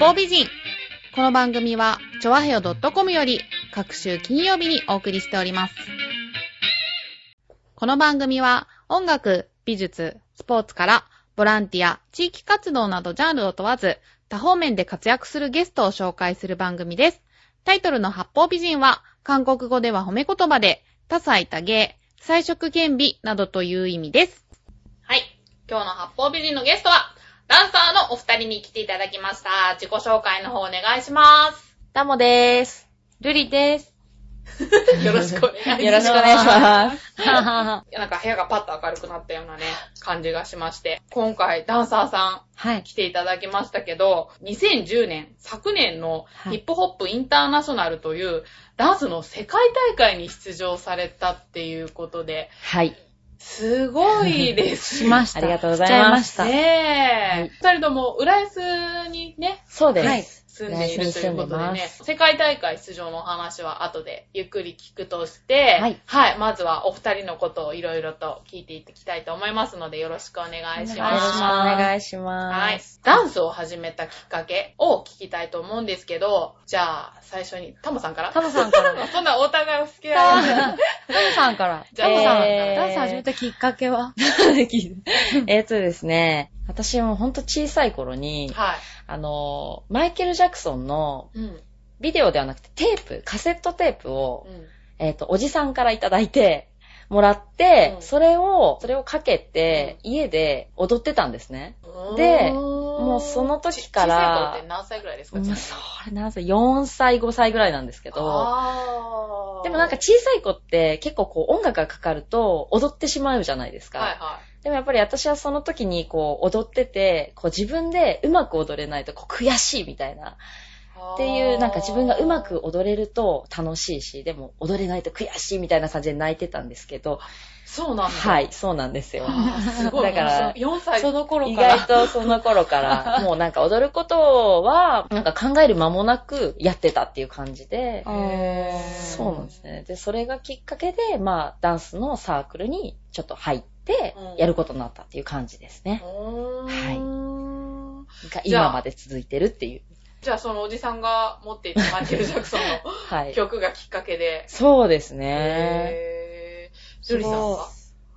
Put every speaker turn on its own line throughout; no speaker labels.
方美人。この番組は、ちょわへよ .com より、各週金曜日にお送りしております。この番組は、音楽、美術、スポーツから、ボランティア、地域活動などジャンルを問わず、多方面で活躍するゲストを紹介する番組です。タイトルの八方美人は、韓国語では褒め言葉で、多彩多芸、彩色兼美などという意味です。はい。今日の八方美人のゲストは、ダンサーのお二人に来ていただきました。自己紹介の方お願いします。
タモでーす。ルリです。
よろしくお願いします。
よろしくお願いします。は
なんか部屋がパッと明るくなったようなね、感じがしまして、今回ダンサーさん
い。
来ていただきましたけど、2010年、昨年の
はい
ヒップホップインターナショナルというダンスの世界大会に出場されたっていうことで、
はい。
すごいです。
しました。
ありがとうございまし
しちゃいました。
ねえ。二、人とも浦安にね、
そうです。
はい
住んでいるということで
浦安に住んで
ね
ま、
世界大会出場のお話は後でゆっくり聞くとして、
はい
まずはお二人のことをいろいろと聞いていきたいと思いますので、よろしくお願いし
よろ
ま
しく
す
お。願いします。
はい。ダンスを始めたきっかけを聞きたいと思うんですけど、じゃあ、最初に、タモさんから
タモさんから。タモ
そんなお互いお好きなので
さんから。
じゃあ
タモさん、
えー
ダンス始めたきっかけは
えっとですね、私もほんと小さい頃に、
はい。
あの、マイケル・ジャクソンの
うん。
ビデオではなくてテープ、カセットテープを、
うん
えっと、おじさんからいただいて、もらって、
うん
それを、それをかけて、家で踊ってたんですね。で
も
もうその時
小
か
さい
ら
頃って何歳ぐらいですか
まあそれなんせ4歳、5歳ぐらいなんですけど、
あー
でもなんか小さい子って結構こう音楽がかかると踊ってしまうじゃないですか。
はいは
でもやっぱり私はその時にこう踊ってて、こう自分でうまく踊れないとこう悔しいみたいな。
い。
っていうなんか自分がうま
あ
く踊れると楽しいし、でも踊れないと悔しいみたいな感じで泣いてたんですけど、
ーそうなんだ。
はい、そうなんですよ。
あー。すごい。
だから
4歳。
その頃
意
から。
外とその頃から、もうなんか踊ることは、なんか考える間もなくやってたっていう感じで、
へー
そうなんですね。で、それがきっかけで、まあ、ダンスのサークルにちょっと入って
うん、
やることになったっていう感じですね。
うーん
が
じゃあ
今まで続いてるっていう。
じゃあそのおじさんが持っていたマイケル・ジャクソン
は
の
い。
曲がきっかけで。
そうですね。
えー。ジュリさんは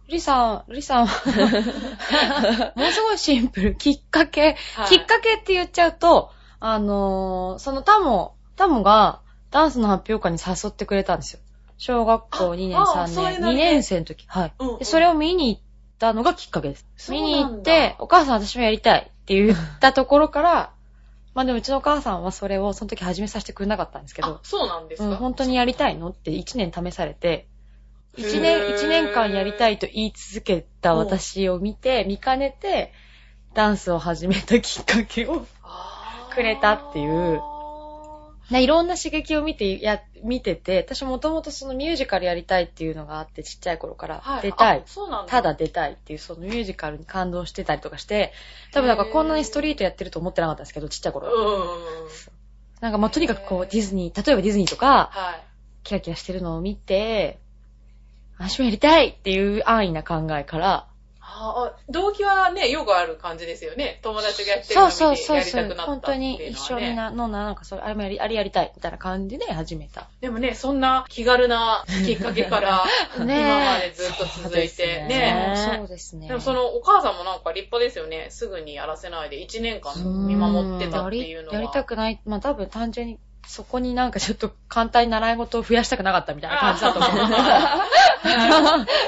ルリさん、ルリさんは ものすごいシンプル。きっかけ。きっかけって言っちゃうと、あのー、そのタモ、タモがダンスの発表会に誘ってくれたんですよ。小学校2年、
ああ
3
そういう
年、
のね
2年生の時。はい。
け
でそれ
を
を見に行ったのがきっかけです。
そう
見
なんだ
に行って、お母さん私もやりたいって言ったところから、まあでもうちのお母さんはそれをその時始めさせてくれなかったんですけ
あ
ど、、
そうなんです
う
か、
ん、本当にやりたいのって1年試されて、
へー
1年、一年間やりたいと言い続けた私を見て、見かねて、ダンスを始めたきっかけを、
あー
くれたっていうないろんな刺激を見て、や、見てて、私もともとそのミュージカルやりたいっていうのがあって、ちっちゃい頃から
はい、
出たい
あ。そうなんだ。
ただ出たいっていう、そのミュージカルに感動してたりとかして、多分なんかこんなにストリートやってると思ってなかったんですけど、ちっちゃい
うん
頃
う
は。
んうん。
なんかまあとにかく
へ
こう
ー
ディズニー、例えばディズニーとか、
はい。
キラキラしてるのを見て、私もやりたいっていう安易な考えから、
あー動機はね、よくある感じですよね。友達がやってるの
そ
を
うそう
見て
そう
やり
そ
た
う
く、なっ
本
た
当
って
に
いう
一
のは
緒に
ね。
な、のな、なんかそれ、あれもやり、あれやりたいみたいな感じで始めた。
でもね、そんな気軽なきっかけから、
ねえ
今までずっと続いて、ね
そうですねえ
ねそうですね。
でもそのお母さんもなんか立派ですよね。すぐにやらせないで1年間見守ってたっていうのは。
やりやりたくない。まあ多分単純に、そこになんかちょっと簡単に習い事を増やしたくなかったみたいな感じだと思う。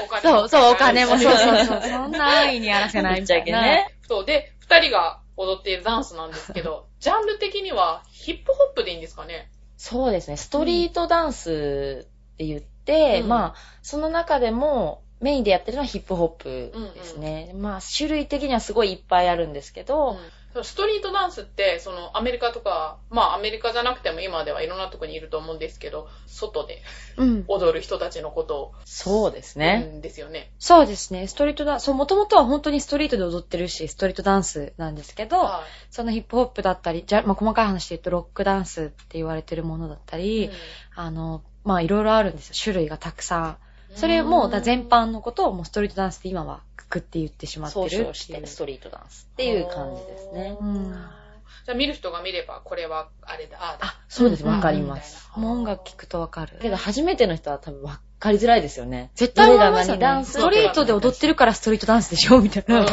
お金
そう、そう、お金も、そ
そ
う
う。
そ うそう。そんな安易にやらせないみたいな。
ね。
で、二人が踊っているダンスなんですけ ど、ジャンル的にはヒップホップでいいんですかね
そうですね。ストリートダンスって言って、
うん
まあ、その中でもメインでやってるのはヒップホップですね。まあ、種類的にはすごいいっぱいあるんですけど、
うん、ストリートダンスって、そのアメリカとか、まあアメリカじゃなくても今ではいろんなとこにいると思うんですけど、外で
うん。
踊る人たちのことを
そうです
言
ね。
うんですよね。
そうですね。ストリートダンス、そう、もともとは本当にストリートで踊ってるし、ストリートダンスなんですけど、
は
そのヒップホップだったり、じゃ、まあ、細かい話で言うとロックダンスって言われてるものだった
い
り、あの、まあ、いろいろあるんですよ。種類がたくさん。それも、だ全。般のことをもうストリートダンスって今はくくって言ってしまって
総
るっていう。
称してストリートダンスっていう感じですね
う。ん
うん
じゃあ見る人が見れば、これはあれだ、ああだ。
あ、そうです。
うん
わかります。
うん
もう音楽聴くとわかる
だ。けど、初めての人は多分わかりづらいですよね。
絶対思いますよ
どれが何ダ
ね。
ンス
ストリートで踊ってるからストリートダンスでしょみたいな。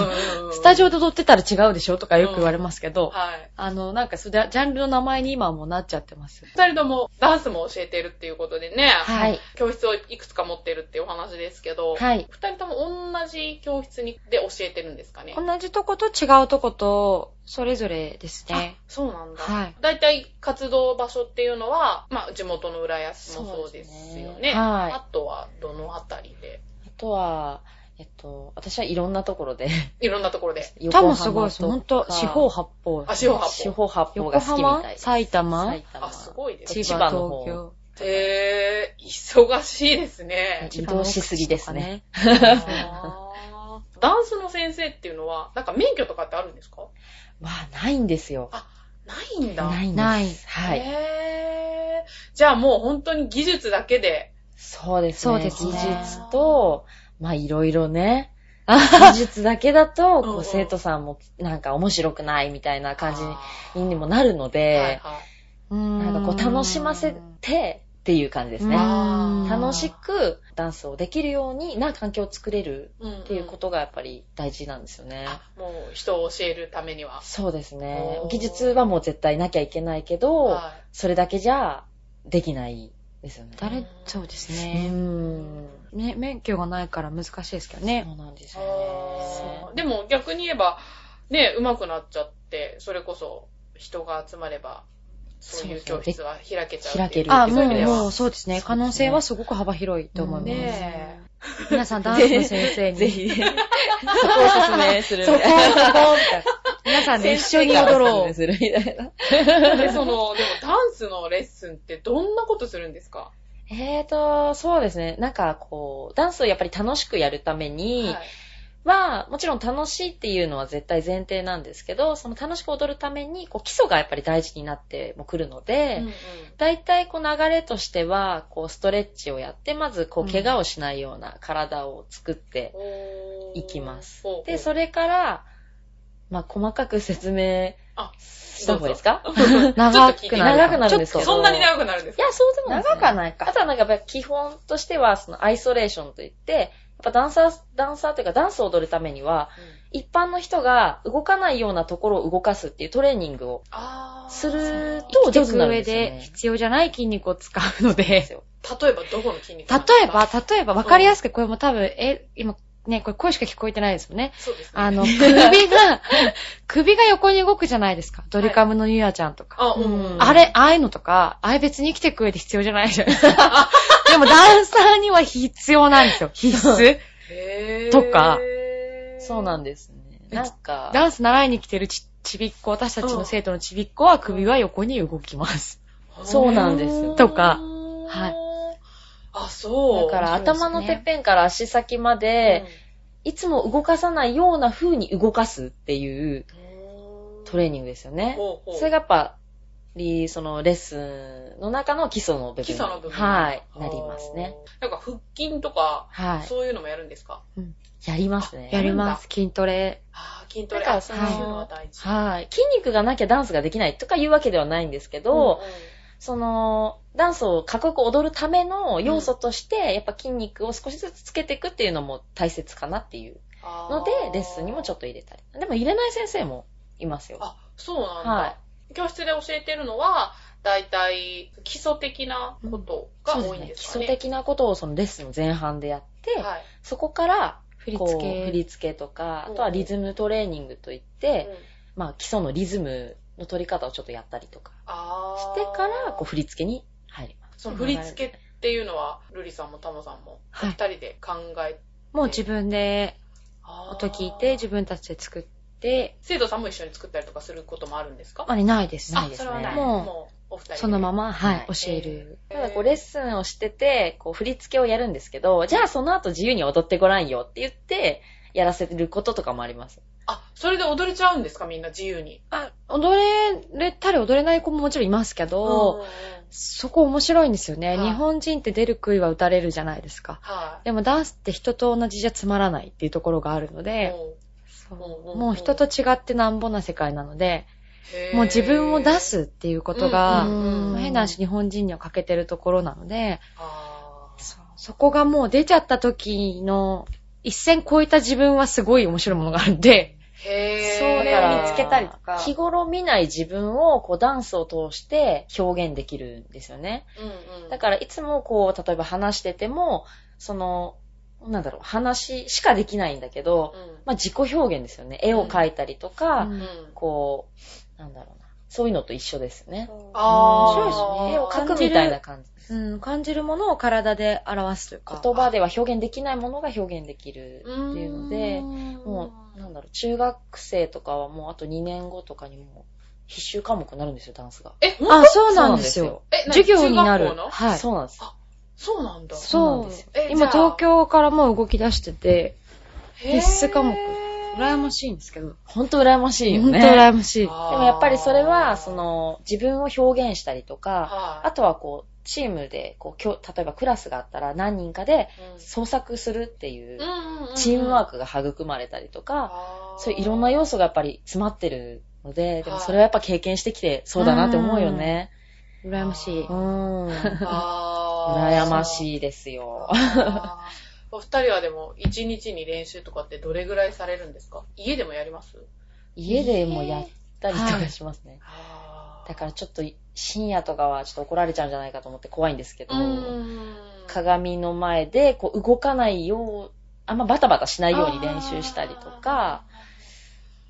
スタジ
オ
オで踊ってたら違うでしょとかよく言われますけど、
はい。
あの、なんかそれ、ジャンルの名前に今はもうなっちゃってます。
二人ともダンスも教えてるっていうことでね、
はい。
教室をいくつか持ってるっていうお話ですけど、
はい。
二人とも同じ教室にで教えてるんですかね。
同じとこと違うとこと、それぞれですね。
そうなんだ。
はい。
大体活動場所っていうのは、まあ地元の浦安もそうです
そ
よ
うで
ね。
すねはい
あとはどのあたりで、
あとは、えっと、私はいろんなところで、
いろんなところで。
横
多
浜
分すごいです。
とか
ほんと、四方八方。
あ四方八方
四方八方
横
が好きみ
浜
たいです。
埼玉
埼玉
あ、すごいです
千葉
ね。
千葉、東京。
えー、忙しいですね。
移動しすぎですね。
あーダンスの先生っていうのは、なんか免許とかってあるんですか
まあ、ないんですよ。
ないんだ。。
ないいんです。
ない
はい。
へー。じゃあもう本当に技術だけで。
そうですね。
そうですね
技術と、まあいろいろ ね。技術だけだと、
うん
こ
うん
う生徒さんもなんか面白くないみたいな感じ
に
ににもなるの
はい
で、
はい
な
なん
かこう楽しませてっていう感じですね。
あー
楽しくダンスをできるようにな環境を作れる
うんうん
っていうことがやっぱり大事なんですよね。
あもう人を教えるためには。
そうですね
おー。
技術はもう絶対なきゃいけないけど、
は
それだけじゃできないですよね。
誰、そうです
う
ね。
ん。
ね、免許がないから難しいですけどね。
そうなんです
い
よね
そう。でも逆に言えば、ね、上手くなっちゃって、それこそ人が集まれば、そういう
そう
教
そう
室は開けちゃう。
開ける
あ、
そう
もう、
いう意味では
もうそうですね。可能性はすごく幅広いと思います。
ねえ。
皆さん、ダンスの先生に。
ぜひ、ね、そこを説明するみ
そこ、そ
た
こ、み
いな。
たいな。皆さんで一緒に踊ろう。
するみたいな。
で、その、でもダンスのレッスンってどんなことするんですか
えーと、そうですね。なんかこう、ダンスをやっぱり楽しくやるために、
はい
は、もちろん楽しいっていうのは絶対前提なんですけど、その楽しく踊るために、こう基礎がやっぱり大事になってもくるので、
うんうん
大体こう流れとしては、こうストレッチをやって、まずこ
う
うん怪我をしないような体を作って
おー
いきます。
ほうほう
で、それから、まあ細かく説明
あ
した方がいいですか
長
ちょっと
く
聞いて
なる。
長くなるんですけど。
そんなに長くなるんです
い
か
や、そうでもないですね、
長くはない
あ
か。
とはなんかやっぱ基本としては、そのアイソレーションといって、やっぱダンサー、ダンサーというかダンスを踊るためには、一般の人が動かないようなところを動かすっていうトレーニングを
あー
すると
生きて
上
い
手
く
になるん
上
ですよ、
で
ね。
必要じゃない筋肉を使うので。
例えばどこの筋肉
例
なんです
え
か
ば、例えば、わかりやすく、これも多分、え、今、ね、これ声しか聞こえてないですもんね。
そうですね。
あの、首が、首が横に動くじゃないですか。ドリカムのゆアちゃんとか。
あ、うんうん
うん
あ
あれ、ああいうのとか、あれ別に生きていく上で必要じゃないじゃないですか。でも、ダンサーには必要なんですよ。必須。
へー
とか、
そうなん
で。
ですね。なんか、
ダンス習いに来てるちちびっ子、私たちの生徒のちびっ子は首は横に動きます。
そうなんですよ
とかはい
あ、そう。
だから
面白いですね
頭のてっぺんから足先まで、いつも動かさないような風に動かすっていう
うん、
トレーニングですよね。
ほうほう
それがやっぱり、そのレッスンの中の基礎の部分。
基礎の部分。
はい、なりますね。
あー。なんか腹筋とか、
は
そういうのもやるんですか
い。やりますね。
やります。筋トレ。
あー筋トレ。
なんか
あそういうのは大事。
はい。筋肉がなきゃダンスができないとかいうわけではないんですけど、
うんうん
その、ダンスをかっこよく踊るための要素として、やっぱ筋肉を少しずつつけていくっていうのも大切かなっていうので、レッスンにもちょっと入れたり。でも入れない先生もいますよ。
あ、そうなんだ。
は
教室で教えてるのは、だいたい基礎的なことが
そう
多いん
ね
で。
基
すか
礎
ね。
的なことをそのレッスンの前半でやって、
はい。
そこから、
振り
こう
付け。
振り付けとか、
うん
あとはリズムトレーニングといっ
う
て、
ん
まあ基礎のリズムの取り方をちょっとやったりとか
あー
してから、こう振り付けに入ります。
その振り付けっていうのは、ルリさんもタモさんも、お
はい
二人で考え、
もう自分で
あー
音聞いて、自分たちで作って、
生徒さんも一緒に作ったりとかすることもあるんですか
あれないです。
ないですね
あそれはない。
もう
もう、お二人で。
そのまま、はい、
はい
教える。
え
た
ー。
だこうレッスンをしてて、こう振り付けをやるんですけど、じゃあその後自由に踊ってごらんよって言って、やらせることとかもあります。
あ、それで踊れちゃうんですかみんな自由に。
あ、踊れれたり踊れない子ももちろんいますけど、
うんうんうん
そこ面白いんですよね。
はい
日本人って出る杭は打たれるじゃないですか。
はい。
でもダンスって人と同じじゃつまらないっていうところがあるので、
もう
そう
うんうんうん
もう人と違ってなんぼな世界なので、
へー
もう自分を出。すっていうことが、
うん
まあ変な話日本人には欠けてるところなので、
あー
そこがもう出ちゃった時の一線超えた自分はすごい面白いものがあるんで、
へ
ー
ぇ
それを見つけ
たりとか
日頃見ない自分をこうダンスを通して表現できるんですよね。
うんうん。
だからいつもこう、例えば話してても、その、なんだろう、話しかできないんだけど、まあ自己表現ですよね。絵を描いたりとか、
うん
うん。
こう、なんだろうな。そういうのと一緒ですよね。
あー
面白いですね
絵を描くみたいな感じ。
うん、感じるものを体で表すというか。
言葉では表現できないものが表現できるっていうので、も
も
う、なんだろう、中学生とかはもうあと2年後とかにもう必修科目になるんですよ、ダンスが。
え、
あ、そうなんですよ。
え、何
授業にな
中
る
学校。の
はい。
そうなんです。
そうなんだ。
そうなん
そ
です
う。
え
今
じゃあ
東京からもう動き出してて、
へー
必須科目羨ましいんですけど。
ほんと羨ましいよ
本当
ね。
羨ましい。
でもやっぱりそれは、そ、の、自分を表現したりと
あー
か、
はい
あとはこう、チームで、こう、きょ例えばクラスがあったら何人かで創作するっていうう、
んうんうんうん
チームワークが育まれたりとか、
あー
そういういろんな要素がやっぱり詰まってるので、でも
はい
それはやっぱ経験してきてそうだなって思うよね。
羨ましい。
うん。
あー
羨ましいですよ。
あ ーお二人はでも、一日に練習とかってどれぐらいされるんですか家でもやります
家でもやったりとかしますね。
あ
だからちょっと深夜とかはちょっと怒られちゃうんじゃないかと思って怖いんですけど、
うーん。
鏡の前でこう動かないよう、あんまバタバタしないように練習したりとか、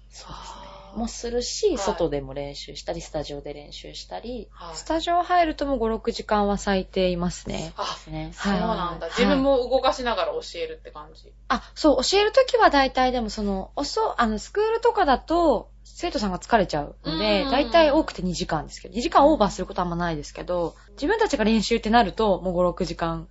そうですね。もする
は
し、
い
外でも練習したり、スタジオで練習したり、
はい
スタジオ入るともう5、6時間は咲いていますね。
あ、
ね。
そうなんだ。自分も動かしながら教えるって感じ。
あ、そう、教えるときは大体でもその、おそ、あの、スクールとかだと、生徒さんが疲れちゃうので、
うん
大体多くて2時間ですけど、2時間オーバーすることはあんまないですけど、自分たちが練習ってなると、もう5、6時間。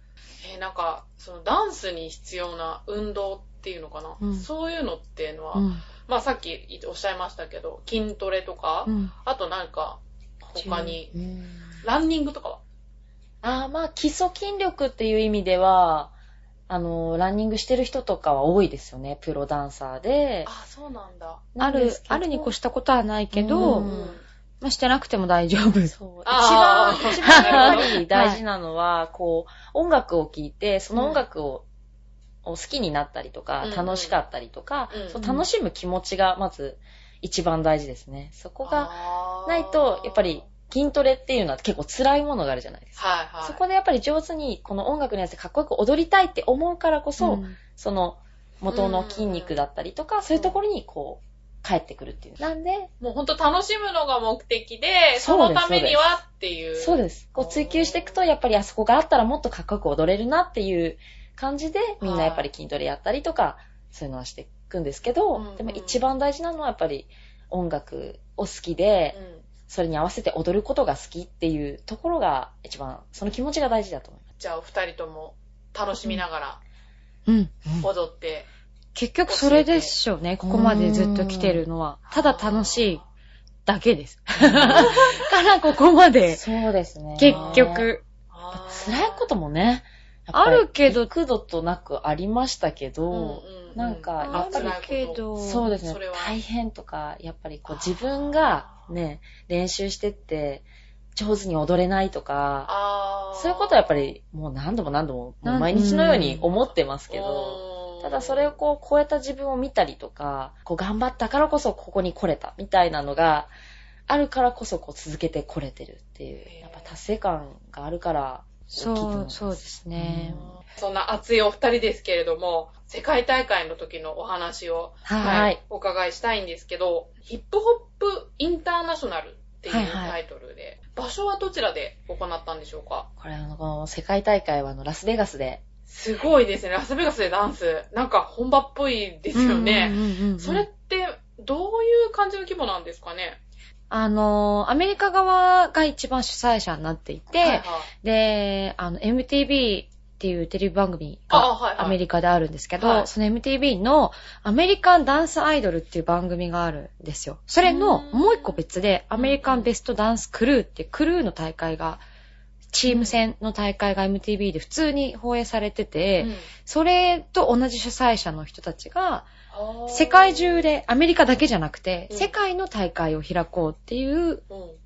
えーなんか、そのダンスに必要な運動っていうのかな、
うん
そういうのっていうのは、
うん。
まあさっきおっしゃいましたけど、筋トレとか、
うん。
あとなんか、他に、
うん
ランニングとかは
あーまあ、基礎筋力っていう意味では、あの、ランニングしてる人とかは多いですよね、プロダンサーで。
あ、そうなんだ。
あ
なん
る
ですけ、ど
あるに越したことはないけど、
うん
まあ、してなくても大丈夫。
そう。一
あ
番、
ー
一番やっぱり大事なのは、こう、音楽を聴いて、その音楽を、を好きになったりとか、
うん
楽しかったりとか、
うん
そう楽しむ気持ちがまず一番大事ですね。そこが
が
ないと、やっぱり、筋トレっていうのは結構辛いものがあるじゃないですか。
はいはい。
そこでやっぱり上手にこの音楽のやつでかっこよく踊りたいって思うからこそ、
ん
その元の筋肉だったりとか、そういうところにこう、帰ってくるっていう。なんで、
もうほんと楽しむのが目的で、そ
そうです
のためにはっていう。
そうです。こう追求していくと、やっぱりあそこがあったらもっとかっこよく踊れるなっていう感じで、みんなやっぱり筋トレやったりとか、そういうのはしていくんですけど、
うんうん
でも一番大事なのはやっぱり音楽を好きで、
うん
それに合わせて踊ることが好きっていうところが一番、その気持ちが大事だと思います。
じゃあお二人とも楽しみながら
うん。
踊って。
結局それでしょうね、ここまでずっと来てるのは。ただ楽しいだけです。 からここまで、
そうですね
結局。
あー
辛いこともね、やっ
あ
ぱり
るけど、
幾度となくありましたけど、
うんう
なんかやっぱり
あ辛いこと
そうですね
それは。
大変とか、やっぱりこう自分がね、練習してって、上手に踊れないとか、
あー
そういうことはやっぱりもう何度も何度も、もう毎日のように思ってますけど、
うん
ただそれをこう超えた自分を見たりとか、こう頑張ったからこそここに来れたみたいなのが、あるからこそこう続けてこれてるっていう、やっぱ達成感があるから、
そ
大きいと思いま
う、
す
そうですね。
そんな熱いお二人ですけれども、世界大会の時のお話を、
はい。
はい
お伺いしたいんですけど、ヒップホップインターナショナルっていう
はいはい
タイトルで、場所はどちらで行ったんでしょうか
これあの、この世界大会はあの、ラスベガスで、
すごいですね。ラスベガスでダンス。なんか本場っぽいですよね。
うんうんうんうん
それって、どういう感じの規模なんですかね
あのー、アメリカ側が一番主催者になっていて、
はいはい
で、あの、MTV っていうテレビ番組
あ、
が
はい、はい。
アメ
リ
リカであるんですけど、
はい
その MTV のアメリカンダンスアイドルっていう番組があるんですよ。それの
うん
もう一個別で、アメリカンベストダンスクルーってクルーの大会がチーム戦の大会が MTV で普通に放映されて
う
て、
ん
それと同じ主催者の人たちが、
あー
世界中で、アメリカだけじゃなくて、
うん
世界の大会を開こうっていう
うん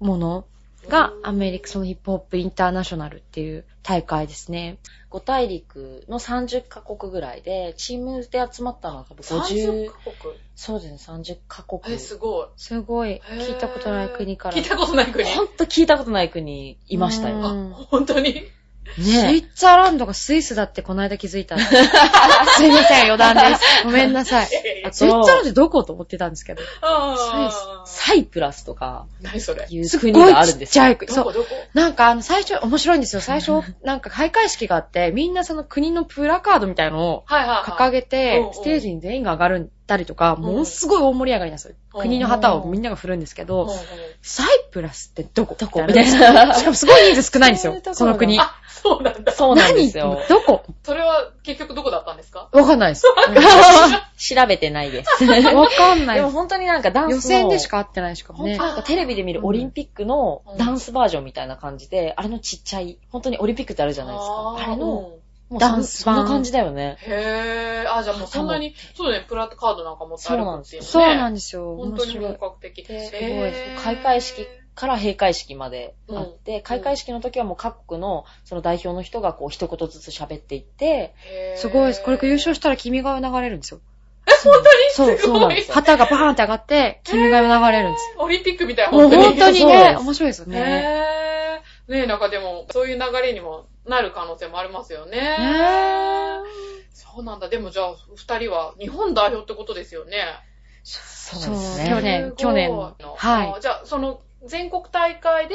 ものが、アメリカ、そのヒップホップインターナショナルっていう大会ですね。
5大陸の30カ国ぐらいで、チームで集まったのが多分
30
50、
カ国
そうですね、30カ国。
え、すごい。
すごい、
へー
聞いたことない国から。
聞いたことない国。
ほんと聞いたことない国いました
うん
よ。
本当に
スイ
ね
ッチャーランドがスイスだってこの間気づいたんで。すいません、余談です。ごめんなさい。
あと
スイッチャーランドどこと思ってたんですけど。
ああ。
サイプラスとか
何それ
いう
すっ
国
ごい
があるん
ちっ
です
ちゃい国。そ
ど
う。
こどこ
なんかあの最初、面白いんですよ。最初、なんか開会式があって、みんなその国のプラカードみたいのを
はいはいはい。
掲げ
うんう
て
ん、
ステージに全員が上がるたりとか、ものすごい大盛り上がりなんですよ。
うん
国の旗をみんなが振るんですけ
うんう
ど
ん、
サイプラスってどこ
どこ
みたいなしかもすごい人数少ないんです
そうい
よ
うところ。が
この国。
あ、そうなんだ。
そうなんですよ
何。どこ
それは結局どこだったんですか
わかんないです。
調べてないです。
わかんない
で
で
も
す。
本当になんかダンスの
予選でしか会ってないしかも
本
ね
当。なんかテレビで見るオリンピックの
うん
ダンスバージョンみたいな感じで、あれのちっちゃい、本当にオリンピックってあるじ
じ
ゃないですか。あれの、も。う
ダンス
そん
版
な感じだよね。
へー。あ、じゃあもうそんなに、そうだね、プラカードなんか持って歩くっていうのね。
そうなんんですよ。
本
面
当に
白
本
い。
格的。
で
へー
開会式から閉会式まであって、開会式の時はもう各国のその代表の人がこう一言ずつ喋っていって、
へー
すごいです。これ優勝したら君が代流れるんですよ。
そう、
すごい
そうなんですよ。
旗がバーンって上がって、君が代流れるんです。
オリンピックみたい、
もう
本当に。
本当に
そうで
ね、
す
面白いですよね。
ねえ。ねえ、なんかでも、そういう流れにもなる可能性もありますよね。
ね
そうなんだ。でもじゃあ、二人は日本代表ってことですよね。
そうです
去
ね。
年
すごい
去年のはい
あじゃあ、その、全国大会で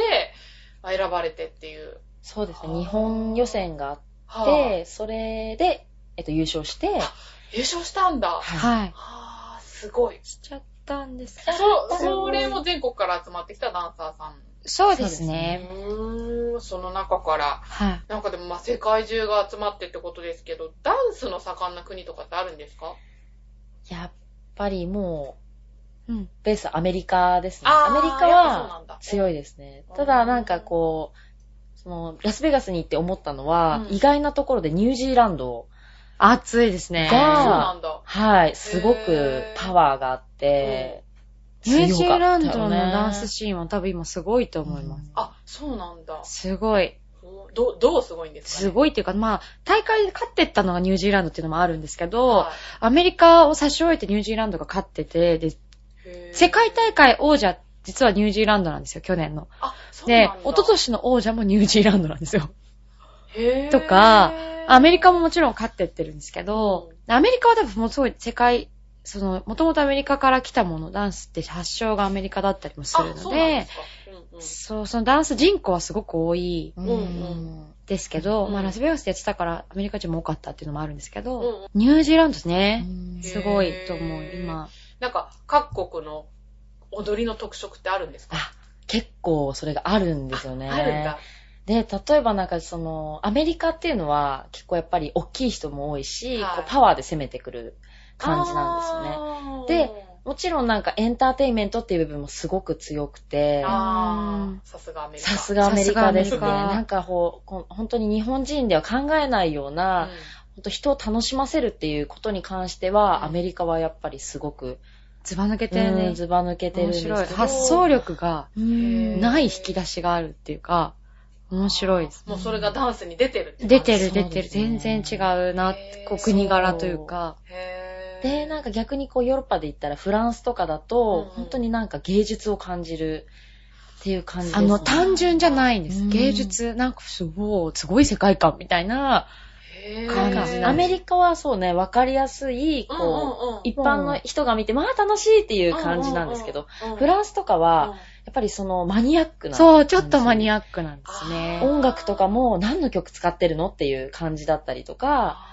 あ選ばれてっていう。
そうですね。日本予選があっ
はあ
て、それで、えっと、優勝して、
優勝したんだ。は
はい。
あ、すごい。
しちゃったんです。
そ、それも全国から集まってきたダンサーさん。
そうで
ですす
ね。
うーん、その中から、
はい。
なんかでもまあ世界中が集まってってことですけど、ダンスの盛んな国とかってあるんですか
やっぱりもう、
うん
ベースアメリカですね。
あ
ア
ー
メリカ
やっぱそうな
は
んだ
強いですね
うん。
ただなんかこう、その、ラスベガスに行って思ったのは、
うん
意外なところでニュージーランド、
暑いですね。
が
そうなんだ。
はい、すごく
へー
パワーがあって、
ニュージーランドのダ
ダ
ンスシーンは多分今すごいと思います。
あ、そうなんだ。
すごい。
ど、どうすごいんですか、
す
ね、
ごいっていうか、まあ、大会で勝ってったのがニュージーランドっていうのもあるんですけど、
は
アメリカを差し終えてニュージーランドが勝ってて、で、
いへー
世界大会王者、実はニュージーランドなんですよ、去年の。
あ、そう
で
なんだ。、
一昨年の王者もニュージーランドなんですよ。
へー
とか、アメリカももちろん勝ってってるんですけど、アメリカは多分もうすごい世界、その、もともとアメリカから来たもの、ダンスって発祥がアメリカだったりもするの
あ
で、
そうなんですかうんうん
そう、そのダンス人口はすごく多い
うんん
うん
ですけど、
うん
まあラスベガスでやってたからアメリカ人も多かったっていうのもあるんですけど、
うんうん
ニュージーランドですね。
うん
すごいと思う、今。
なんか、各国の踊りの特色ってあるんですか
結構それがあるんですよね。
あるんだ。
で、例えばなんかその、アメリカっていうのは結構やっぱり大きい人も多いし、
はい
こうパワーで攻めてくる感じなんですよね。
ね
で、もちろんなんかエンターテインメントっていう部分もすごく強くて、
あー、さすがアメリカ。
さすがアメリカですね。
さすがアメリカ
なんかほうこう本当に日本人では考えないよう
うん。
な、本当人を楽しませるっていうことに関しては、
うん
アメリカはやっぱりすごく、
ずば抜けてる
うん
ね。
ずば抜けてるん
面
ですけど。
白い。発想力が
うん
ない引き出しがあるっていうか、面白いです。
もうそれがダンスに出てるって感じ
出てる出てる。
そう
全
です
然
ね
違うなって、こう
へー
国柄というか。
へー
で、なんか逆にこうヨーロッパで言ったらフランスとかだと、
うん
本当になんか芸術を感じるっていう感じです
あ
ね、
の、単純じゃないんで
う
す。
ん
芸術、なんかすごい、すごい世界観みたいな。
へー
感じな
ア
んで
メリカはそうね、わかりやすい、こう、
うんうんうん
一般の人が見て、まあ楽しいっていう感じなんですけど、、フランスとか
ス
は、やっぱりそのマニアックな。
そう、ちょっとマニアックなんですね。
音楽とかも何の曲使ってるのっていう感じだったりとか、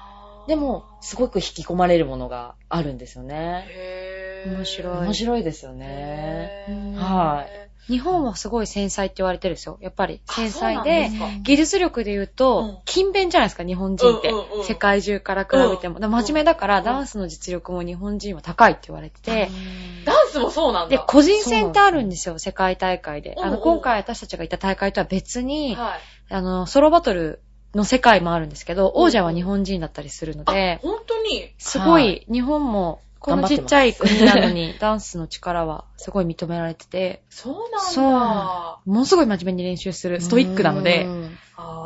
でも、すごく引き込まれるものがあるんですよね。
へー
面白
面白いですよね。
へー
は
日本はすごい繊細って言われてるんですよ。やっぱり
あ
繊細
そうなん
で、
すか
技術力で言う
うん
と、勤勉じゃないですか、日本人って
うんうんうん。
世界中から比べても。だから真面目だか
う
ら、
ん
ダンスの実力も日本人は高いって言われてて、
ダンススもそうなん
で、
だ。
個人戦ってあるんですよ、世界大会で。あ
うんう
の、
ん
今回私たちがいた大会とは別に、
はい。
あの、ソロバトルの世界もあるんですけど、
うん
王者は日本人だったりするの
あ
で、、
本当に
すご
はい
日本も、こ
頑張
の
って
ち
ます
っ ちゃい国なのに、ダンスの力はすごい認められてて、
そうなんだ。
そう
あ
ものすごい真面目に練習する、ストイックなのう
う
ー
ん
ん、
ー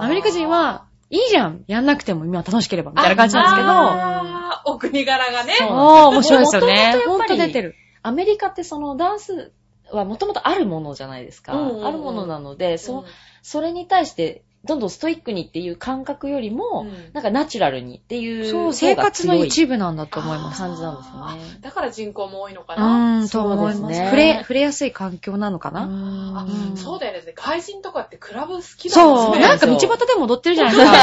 アメリカ人は、いいじゃんやんなくても今は楽しければみたいな感じなんで
あーお国柄がね。
すけ
そ
ど、
う
もう面白いですよね。
もう元々やっ
ほ
ぱ
ん
り
と出てる。
アメリカってそのダンスはもともとあるものじゃないですか。
うんうんうん
あるものなので、そ、
ん
それに対して、どんどんストイックにっていう感覚よりも、
うん
なんかナチュラルにっていう方
そう、
が強い。
生活の一部なんだと思います。
感じなんですよね。
だから人口も多いのか
う
な。
ーん、と思い
そう
ま。
ですすね
触れ、触れやすい環境なのかな、
あ
うん
そうだよね。外人とかってクラブ好きなんですね。
そう、
ね
なんか道端でも踊ってるじゃないですか。 ね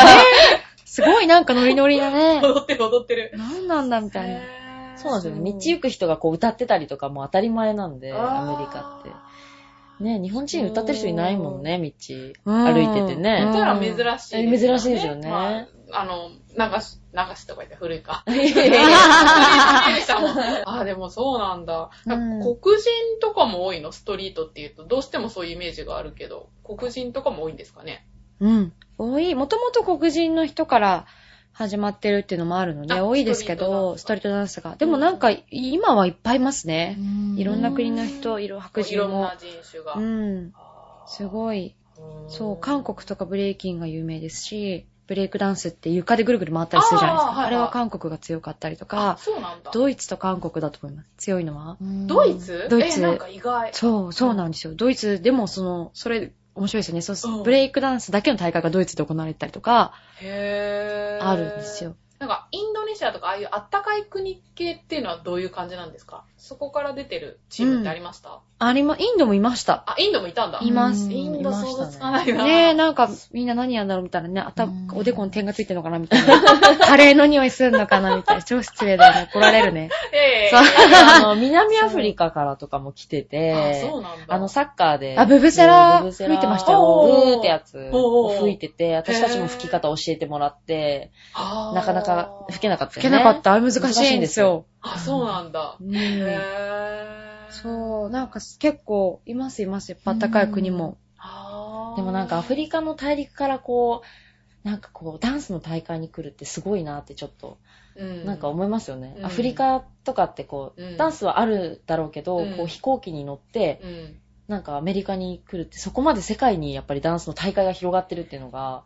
すごいなんかノリノリだ ね。
踊ってる踊ってる。
なんなんだみたいな。
へー
そうなんですよね。道行く人がこう歌ってたりとかも当たり前なんで、アメリカって。ね、日本人歌ってる人いないもんね、道。
うん
歩いてて
あ
う
ー
ね。
だから珍しい、
うん珍しいですよね
まあ、あの、流し、流しとか言って古い か。ああ、でもそうなんだ。
うん
黒人とかも多いのストリートっていうと、どうしてもそういうイメージがあるけど、黒人とかも多いんですかね。
うん。多い。もともと黒人の人から始まってるっていうのもあるので、
あ
多いですけど、ス
ス
ト
ト
リートダンスが。でもなんか、今はいっぱいいますね。いろんな国の人、色白
い
人
ろん
も
な。人種が。
うん。
あー
すごい。そう、韓国と
か
かブレイキンが有名ですし、ブレイクダンスって床でぐるぐる回ったりするじゃないです
あ
か。あ,、
ーはいはい
れは韓国が強かったりと
あ
か、
そうなんだ。
ドイツと韓国だと思います。強いのは。
ドイツ
ドイツ
え、なんか意外。
そう、そうなんですよ。ドイツでもその、それ、面白いですよね。そうす
うん
ブレイクダンスだけの大会がドイツで行われたりとか、
へー
あるんです。よ。
なんか、インドネシアとか、ああいうあったかい国系っていうのはどういう感じなんですかそこから出てるチームってありました、
ありま、インドもいました。
あ、インドもいたんだ。
います。
インド想像つか
い
ないな。
ねえ、なんか、みんな何やんだろうみたいなね、頭
うん、
おでこに点がついてるのかなみたいな。 カレーの匂いするのかなみたいな。超失礼だよね。怒られるね。
ええ
そう
あの、南アフリカからとかも来てて、
あ、そうなんだ。
あの、サッカーで。
あブブゼラ
ブブゼ
吹いてました
よ
ブーってやつ
おー
を吹いてて、私たちも吹き方教えてもらって、
あー
なかなか吹けなかった
吹
よ
け
ね。
なかった。あれ難しいんですよ。
あ、そうなんだ。
うん
へえ。う。
そう、なんか結構、いますいます。やっぱ暖かい国も。
あー
でもなんかアフリカの大陸からこう、なんかこう、ダンスの大会に来るってすごいなってちょっと、
うん、
なんか思いますよね。
うん
アフリカとかってこう、
うん
ダンスはあるだろうけど、
うん
こう飛行機に乗って、
うん。
なんかアメリカに来るって、そこまで世界にやっぱりダンスの大会が広がってるっていうのが、
あ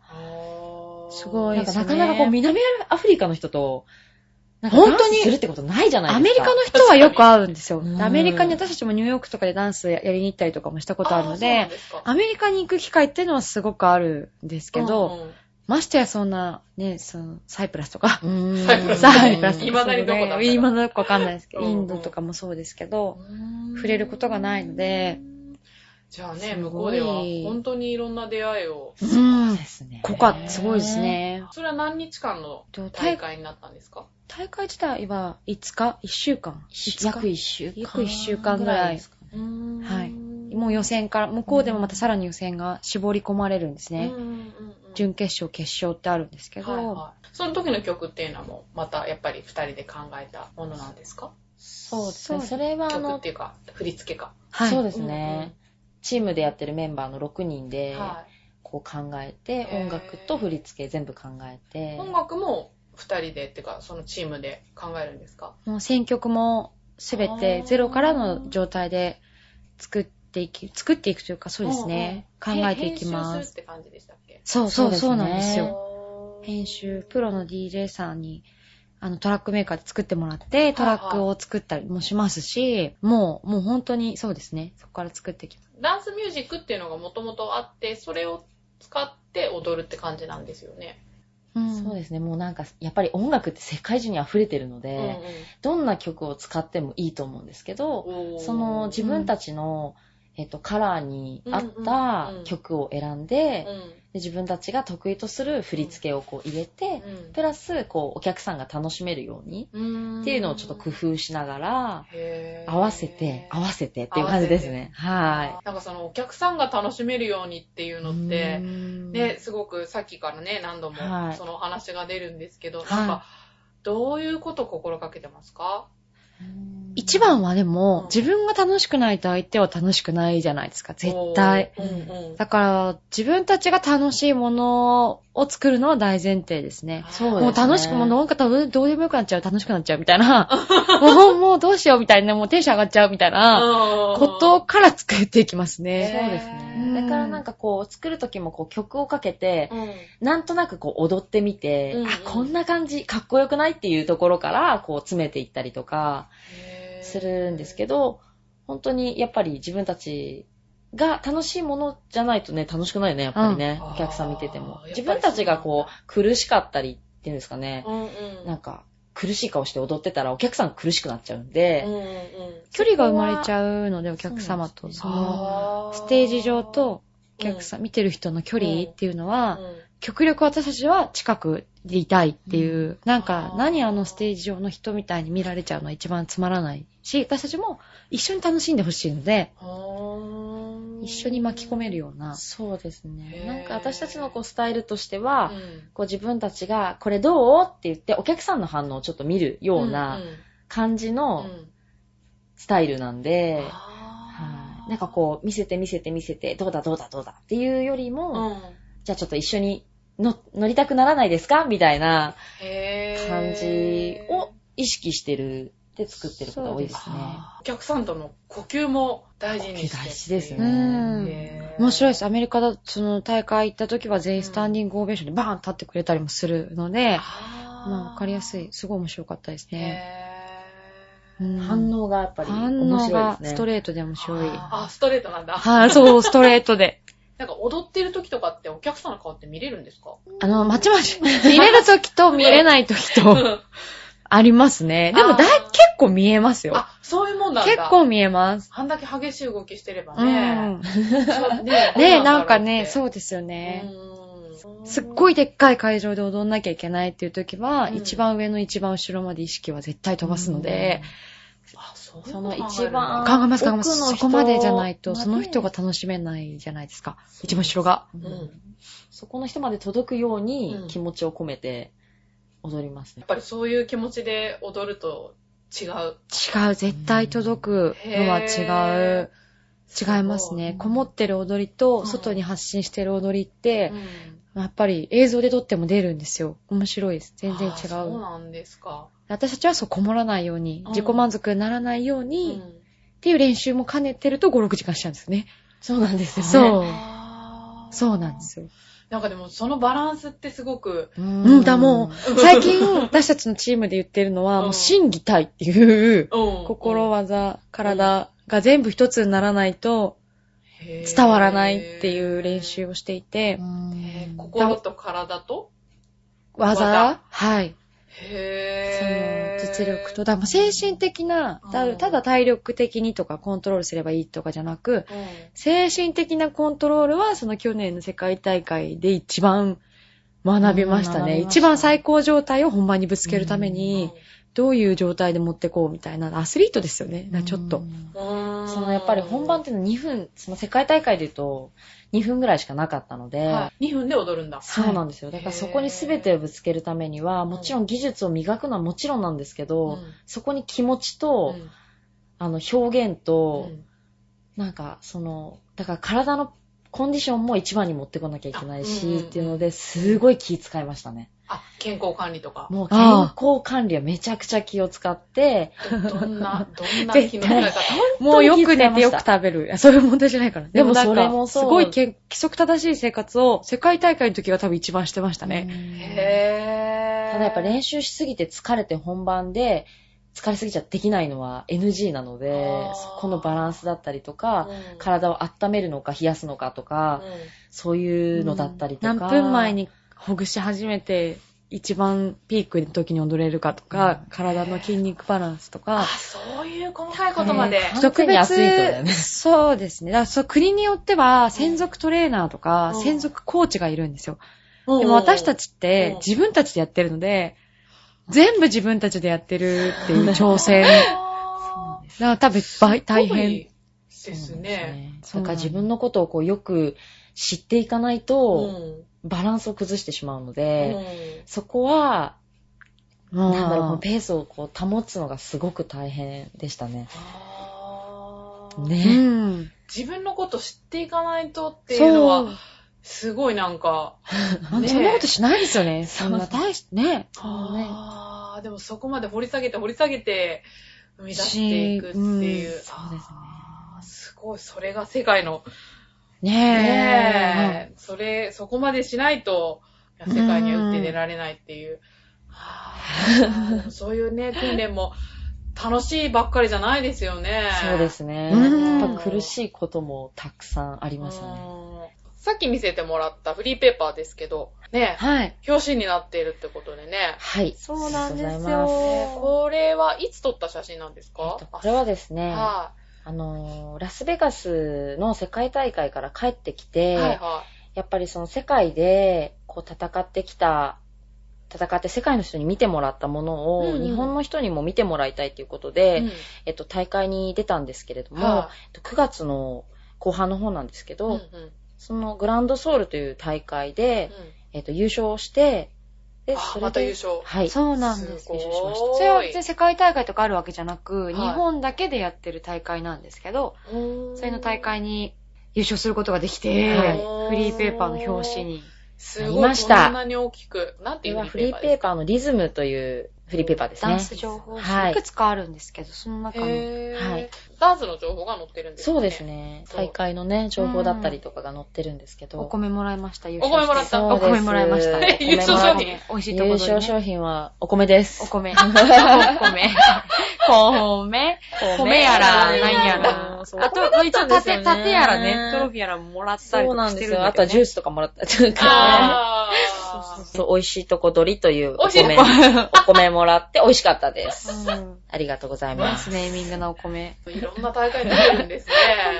ー
すごい
なん
で
か
すね
なかなかこう南アフリカの人と、なんかダン
本当
ス
に
するってことないじゃない
ア
で
メ
す
リ
か。
カの人はよく会うんですよ
う。ん
アメリカに私たちもニューヨークとかでダンスやりに行ったりとかもしたことあるの
ーそうな
で
ん、すか
アメリカに行く機会っていうのはすごくあるんですけど、
うんうん
ましてやそんな、ね、その、サイプラスとか、
の
サイプラス
サイプラスとか。
未だにどこだったの
今だにどこわかんないですけど、
うんうん
インドとかもそうですけど、触れることがないので、
じゃあ
す
ね、
ごい
向こうでは本当にいろんな出会いを。
うん。
ですね。
ここはすごいですね。
それは何日間の
と
大
大
会になったんですか
大会自体は5日 ?1 週間
一。約一週間。
約一週間ぐらい
ですかね。
はい
も
もう予選から、向こうでもまたさらに予選が絞り込まれるんですね。準決勝、決勝ってあるんですけど、
はいはい、その時の曲っていうのはもうまたやっぱり二人で考えたものなんですか
そうですね。
そう
それはあ
曲っ
の、
ていうか振り付けか、
はい
そうですね。チームでやってるメンバーの6人で、
は
こう考えて、
へー
音楽と振り付け全部考え
い、
て、
音楽も二人でっていうかそのチームで考えるんですか
もう選曲もすべて
あー
ゼロからの状態で作っていき、作っていくというかそうですね。考えていきま
編集
す。
するって感じでしたっけ
そうそうそうなんです
そうですね
よ。編集、プロの DJ さんに、あの、トラックメーカーで作ってもらって、トラックを作ったりもしますし、もう、もう本当にそうですね。そこから作ってきます。
ダンスミュージックっていうのがもともとあってそれを使って踊るって感じなんですよね、
そう
す。
ですね。もうなんか、やっぱり音楽って世界中に溢れてるので、どんな曲を使ってもいいと思うんですけど、
うんうん
その自分たちの、えっと、カラーに合った
うんうんうん
曲を選んで、で
う
自分たちが得意とする振り付けをこう入れて、
ん
プラス、こう、お客さんが楽しめるように、
うん
っていうのをちょっと工夫しながら、
へー
合わせて、合わせてっていう感じですね。は
なんかそのお客さんが楽しめるようにっていう
い。
のって、
ね
ね、すごくさっきからね、何度も
はい
そのお話が出るんですけど、
い
なんか、どういうことを心がけてますか
一番はで
うん
も、自分が楽しくないと相手は楽しくないじゃないですか、絶対。
うんうん。
だから、自分たちが楽しいものを作るのは大前提ですね。
そう
もう
ですね
楽しくもうなんかどうどうでもよくなっちゃう、楽しく なっちゃうみたいな。もう、もうどうしようみたいな、もうテンション上がっちゃうみたいなこ
こと
から作っていきます
そう
ね。
です
うん
ね。だからなんかこう、作る時もこう曲をかけて、
うん。
なんとなくこう踊ってみて、
うんうん
あ、こんな感じ、かっこよくないっていうところから、こう詰めていったりとか、するんですけ
ど。
ど、本当にやっぱり自分たちが楽しいものじゃないとね、楽しくないよね、やっぱりね、
うん
お客さん見てても
あー。
自分たちがこう、苦しかったりっていうんですかね、
うんうん。
なんか、苦しい顔して踊ってたらお客さん苦しくなっちゃうんで、
うんうんうん
距離が生まれちゃうので、お客様と。
そ
その、
あー
ステージ上と、お客さん、見てる人の距離っていうのは、
うん
極力私たちは近くでいたいっていう、なんか
あー
何あのステージ上の人みたいに見られちゃうのは一番つまらないし、私たちも一緒に楽しんでほしいので、一緒に巻き込めるような。
そうです
へ
ね
ー。
なんか私たちのこうスタイルとしては、
うん
こう自分たちが、これどうって言って、お客さんの反応をちょっと見るような感じ
うんう
の
ん
スタイルなんで、
あ
は
ー
いなんかこう、見せて見せて見せて、どうだどうだどうだっていうより
う
も、
ん
じゃあちょっと一緒にの乗りたくならないですかみたいな
へー
感じを意識してるで作ってることが多いですね。
あーお客さんとの呼吸も大事にして
呼吸大事です
う
ね
ん。
へー
面白いです。アメリカだ、その大会行った時は全員スタンディングオベーションでバーン立ってくれたりもするので、
あー
まあわかりやすい。すごい面白かったですね。
へ
う
ー
ん
反応がやっぱり
反
面
応
白い
が
です
ス
ね。
トレートで面白い。
あ、ストレートなんだ。
はい、そう、ストレートで。
なんか踊ってる時とかってお客さんの顔って見れるんですか
あの、まちまち、見れる時と見れない時と、 ありますね。でもだい、
あー
結構見えますよ。
あ、そういうもんなんだ。
結構見えます。
あんだけ激しい動きしてれば
う
ね。
ん。
そうね
ねなんかね、
う
そうですよ
だろう
ね。
って。うん
すっごいでっかい会場で踊んなきゃいけないっていう時は、
うん
一番上の一番後ろまで意識は絶対飛ばすので、
あ、そういう
そ
こと
の
考えるんだ
一番
考えます、考えます。
奥の
そ
人
こまでじゃないと、
まで
その人が楽しめないじゃないですか。一番後ろが。
うん
うん
そこの人まで届くよう
うん
に気持ちを込めて踊ります
や
ね
っ。ぱりそういう気持ちで踊ると違う。
違う、絶対届くのは違う。違いますね。こもってる踊り
う
と、
ん
外に発信してる踊りっ
へー。
て
う、ん
やっぱり映像で撮っても出るんですよ。面白いです。全然
あ
違
そう
う。
なんですか。
私たちはそうこもらないように
ん、
自己満足にならないよう
う
に、
ん
っていう練習も兼ねてると5、6時間しちゃうんですね。
そうなんですよね。
そう。
あー
そうなんで。すよ。
なんかでもそのバランスってすごく、
う、
うん
だも う、最近私たちのチームで言ってるの
う
は、
ん
もう心技体っていう、
うん
心、技、体が全部一つにならないと伝わらないっていう練習
を。
をしていて、
へー
こ
心と体と技
技はい。その
へー
実力と、だもう精神的な
うん、
だただ体力的にとかコントロールすればいいとかじゃなく、
うん
精神的なコントロールはその去年の世界大会で一番学びましたね。
うん学びました
一番最高状態を本番にぶつけるため
うん
に、どういう状態で持ってこうみたいな、アスリートですよね、なちょっと。。
うん
そのやっぱり本番っていうのは2分、その世界大会で言うと2分ぐらいしかなかったので、
はい、2分で踊るんだ。
そうなんですよ。だからそこに全てをぶつけるためには、もちろん技術を磨くのはもちろんなんですけど、そこに気持ちと、あの、表現と、なんか、その、だから体のコンディションも一番に持ってこなきゃいけないし、
うん
っていうので、すごい気使いましたね。
あ、健康管理とか。
もう健康管理はめちゃくちゃ気を使って、
どんな、どんな
絶対
決められ方
もうよ
本当に気
く寝て
遣い
よ
ま
く
した
食べる。いや、そういう問題じゃないから。でもなん
でもそれも
か、
そ
す
う
ごいけん規則正しい生活を世界大会の時が多分一番してましたね。
ね。
へー。
ただやっぱ練習しすぎて疲れて本番で、疲れすぎちゃできないのは NG なので
あー、
そこのバランスだったりとか、
うん
体を温めるのか冷やすのかとか、そういうのだったりとか。
何分前にほぐし始めて、一番ピークの時に踊れるかとか、体の筋肉バランスと
あ、
か。
そういう細かいことまで。
ね完全にアスリートだよね
そうですね。だからそう国によっては、専属トレーナーとか、
うん
専属コーチがいるんですよ。
うん
でも私た。ちっ
うん
て自分たちでやってるので、全部自分たちでやってるっていう挑戦。だ
あー
から多分倍大
すご
変
い。ですね。
そうなんですね。だから自分のことをこうよく知っていかないと、
ん。
バランスを崩してしまうの
う
で、
ん
そこは、
な
なんだろう、このペースをこう保つのがすごく大変でしたね。
あー
ね。
ん。
自分のこと知っていかないとっていうの
そう
は、。すごいなんか、
あん
ね
たそ んなことしないですよね。そんな大し、ね。
あーでもそこまで掘り下げて掘り下げて、生み出していくっていう。
しうんそうですね
あーすごい、それが世界の、
ねえ。
ねえ、それ、そこまでしないと、いや世界には打って出られないっていう。あーそういうね、訓練も、楽しいばっかりじゃないですよね。
そうですね。
うん
やっぱ苦しいこともたくさんありましたね。
うんさっき見せてもらったフリーペーパーですけど、ね、
はい。
表紙になっているってことでね。
はい。
そうなんですよ
ありがとうございます
ねこれはいつ撮った写真なんですか
えっとこれはですね、あ
は
のー、ラスベガスの世界大会から帰ってき
い。
て、
はいは
やっぱりその世界でこう戦ってきた、戦って世界の人に見てもらったものを、
うんうん
日本の人にも見てもらいたいということ
い。
で、
うん
えっと、大会に出たんですけれども、
は
えっと9月の後半の方なんですけ
い
ど、
うんうん
そのグランドソウルという大会で、えっと、優勝して、で、
あ
それで、
また優勝。
はい。
そうなんです
す。ごい
優勝しました
それは別に世界大会とかあるわけじゃなく、
い
日本だけでやってる大会なんですけど、
うん
それの大会に優勝することができて、
はい
フリーペーパーの表紙に。
す
な
ご
り
い、
ました
こんなに大きく。なん
こ
てい
れ
う
はフリーペーパーのリズムというフリーペーパーです
ダ
ね
ン。ス情報
は
誌
い
いくつかあるんですけど、その中の。
へ
は
ー
い
ダンスの情報が載ってるんですね。
そうです。ね。
そう
大会のね、情報だったりとかが載ってるんですけど。
お米もらいました、優
お米もら
勝
っ
して。
た
そうです
お米もらい ました
優勝商品。
美味しいと
優
ころ
勝商品はお米です。
お 米。お米。お米。米やら、なんやら。あ
そう
と、一応、
ですよ
盾、
ね
盾やらね、トロフィーやらもらったり
そ
と
うなん
かし
で
て
す
るん
よ。
だ
あ
けど
とは
ね。
ジュースとかもらったというかね。
あー
そう、美味しいとこ取りというお
美味しい
米、お米もらって美味しかったです。
うん。
ありがとうござい
ナイ
ま
ス
す。
ネーミングなお米。
いろんな大会に出てるんですね。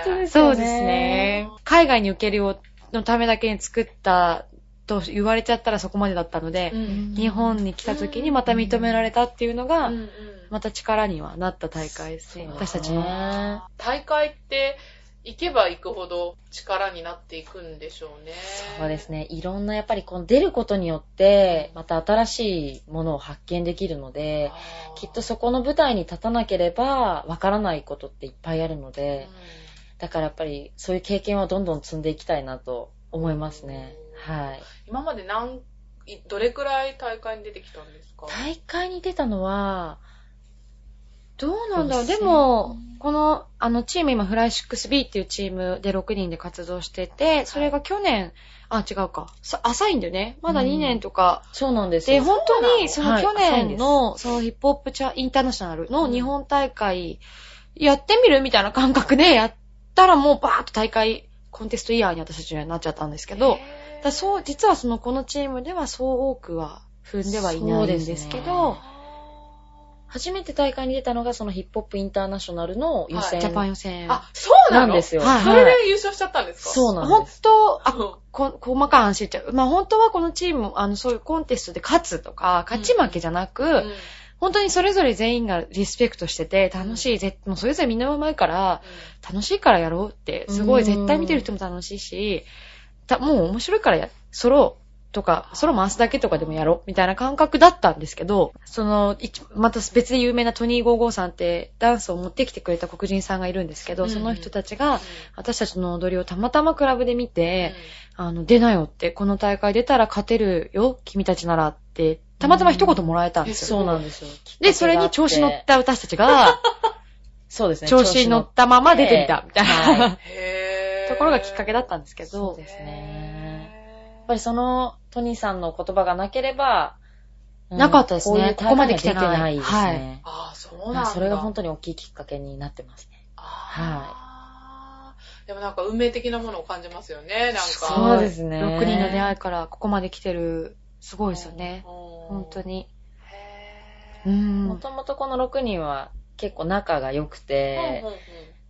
本当 です
そ
よね
うですね。海外に受けるようのためだけに作ったと言われちゃったらそこまでだったので
う、ん
日本に来た時にまた認められたっていうの
う
が
ん、うん
また力にはなった大会ですね。
そう
私たちの。
ね
大会って、行けば行くほど力になっていくんでしょうね。
そうですね。いろんなやっぱりこの出ることによって、また新しいものを発見できるので、
あー。
きっとそこの舞台に立たなければわからないことっていっぱいあるので、だからやっぱりそういう経験はどんどん積んでいきたいなと思いますね。はい。
今まで何、いどれくらい大会に出てきたんですか
大会に出たのは、
どうなんだろ
そうで
う。
すね
でも、この、あの、チーム今、フライシックス b っていうチームで6人で活動してて、それが去年、あ、違うか。さ浅いんだよね。まだ2年とか
そうなんです
で、
よ。
本当に、
そ
そう
なの
の去
はい
年の、そのヒップホップチャインターナショナルの日本大会、やってみるみたいな感覚でやったらもうバーッと大会、コンテストイヤーに私たちにはなっちゃったんですけど、
へー
だそう、実はその、このチームではそう多くは踏んではいないんですけ
そう
ど、
初めて大会に出たのがそのヒップホップインターナショナルの予選
ジャパン予選。
あ、そうな
なん
の
ですよ。
はい
それで優勝しちゃったんですか
そうなん
本
です。
当、あ、
の
こ、細かい話言っちゃう。まあ、本当はこのチーム、あの、そういうコンテストで勝つとか、勝ち負けじゃなく、
うん
本当にそれぞれ全員がリスペクトしてて、楽しい、ぜもうそれぞれみんなうまいから、楽しいからやろうって、すご
う
い
ん
絶対見てる人も楽しいし、たもう面白いからや、ソロとか、ソロ回すだけとかでもやろう、みたいな感覚だったんですけど、その、いちまた別で有名なトニー・ゴーゴーさんって、ダンスを持ってきてくれた黒人さんがいるんですけ
うん
ど、
うん
その人たちが、私たちの踊りをたまたまクラブで見
うん
て、あの、出なよって、この大会出たら勝てるよ、君たちならって、たまたま一言もらえたんですよ。
そうなんですよ。
で、それに調子乗った私たちが、
そうですね。
調子に乗ったまま出てみた、みたい
は
な
へー
ところがきっかけだったんですけ
そう
ど
で、すね。やっぱ
へ
りそのトニーさんの言葉がなければ、うん
なかったですね
こういう大会には出てないで
こ
す
こまで来てない
ね。
ああ、そうなんだ。
それが本当に大きいきっかけになってますね。
あーでもなんか運命的なものを感じますよね、なんか。
そうです
ね
6人の出会いからここまで来てる、すごいですよね。
本
本当。に。
へ
う
ー
も
ん。
ともとこの6人は結構仲が良く
うん
て、
うんうん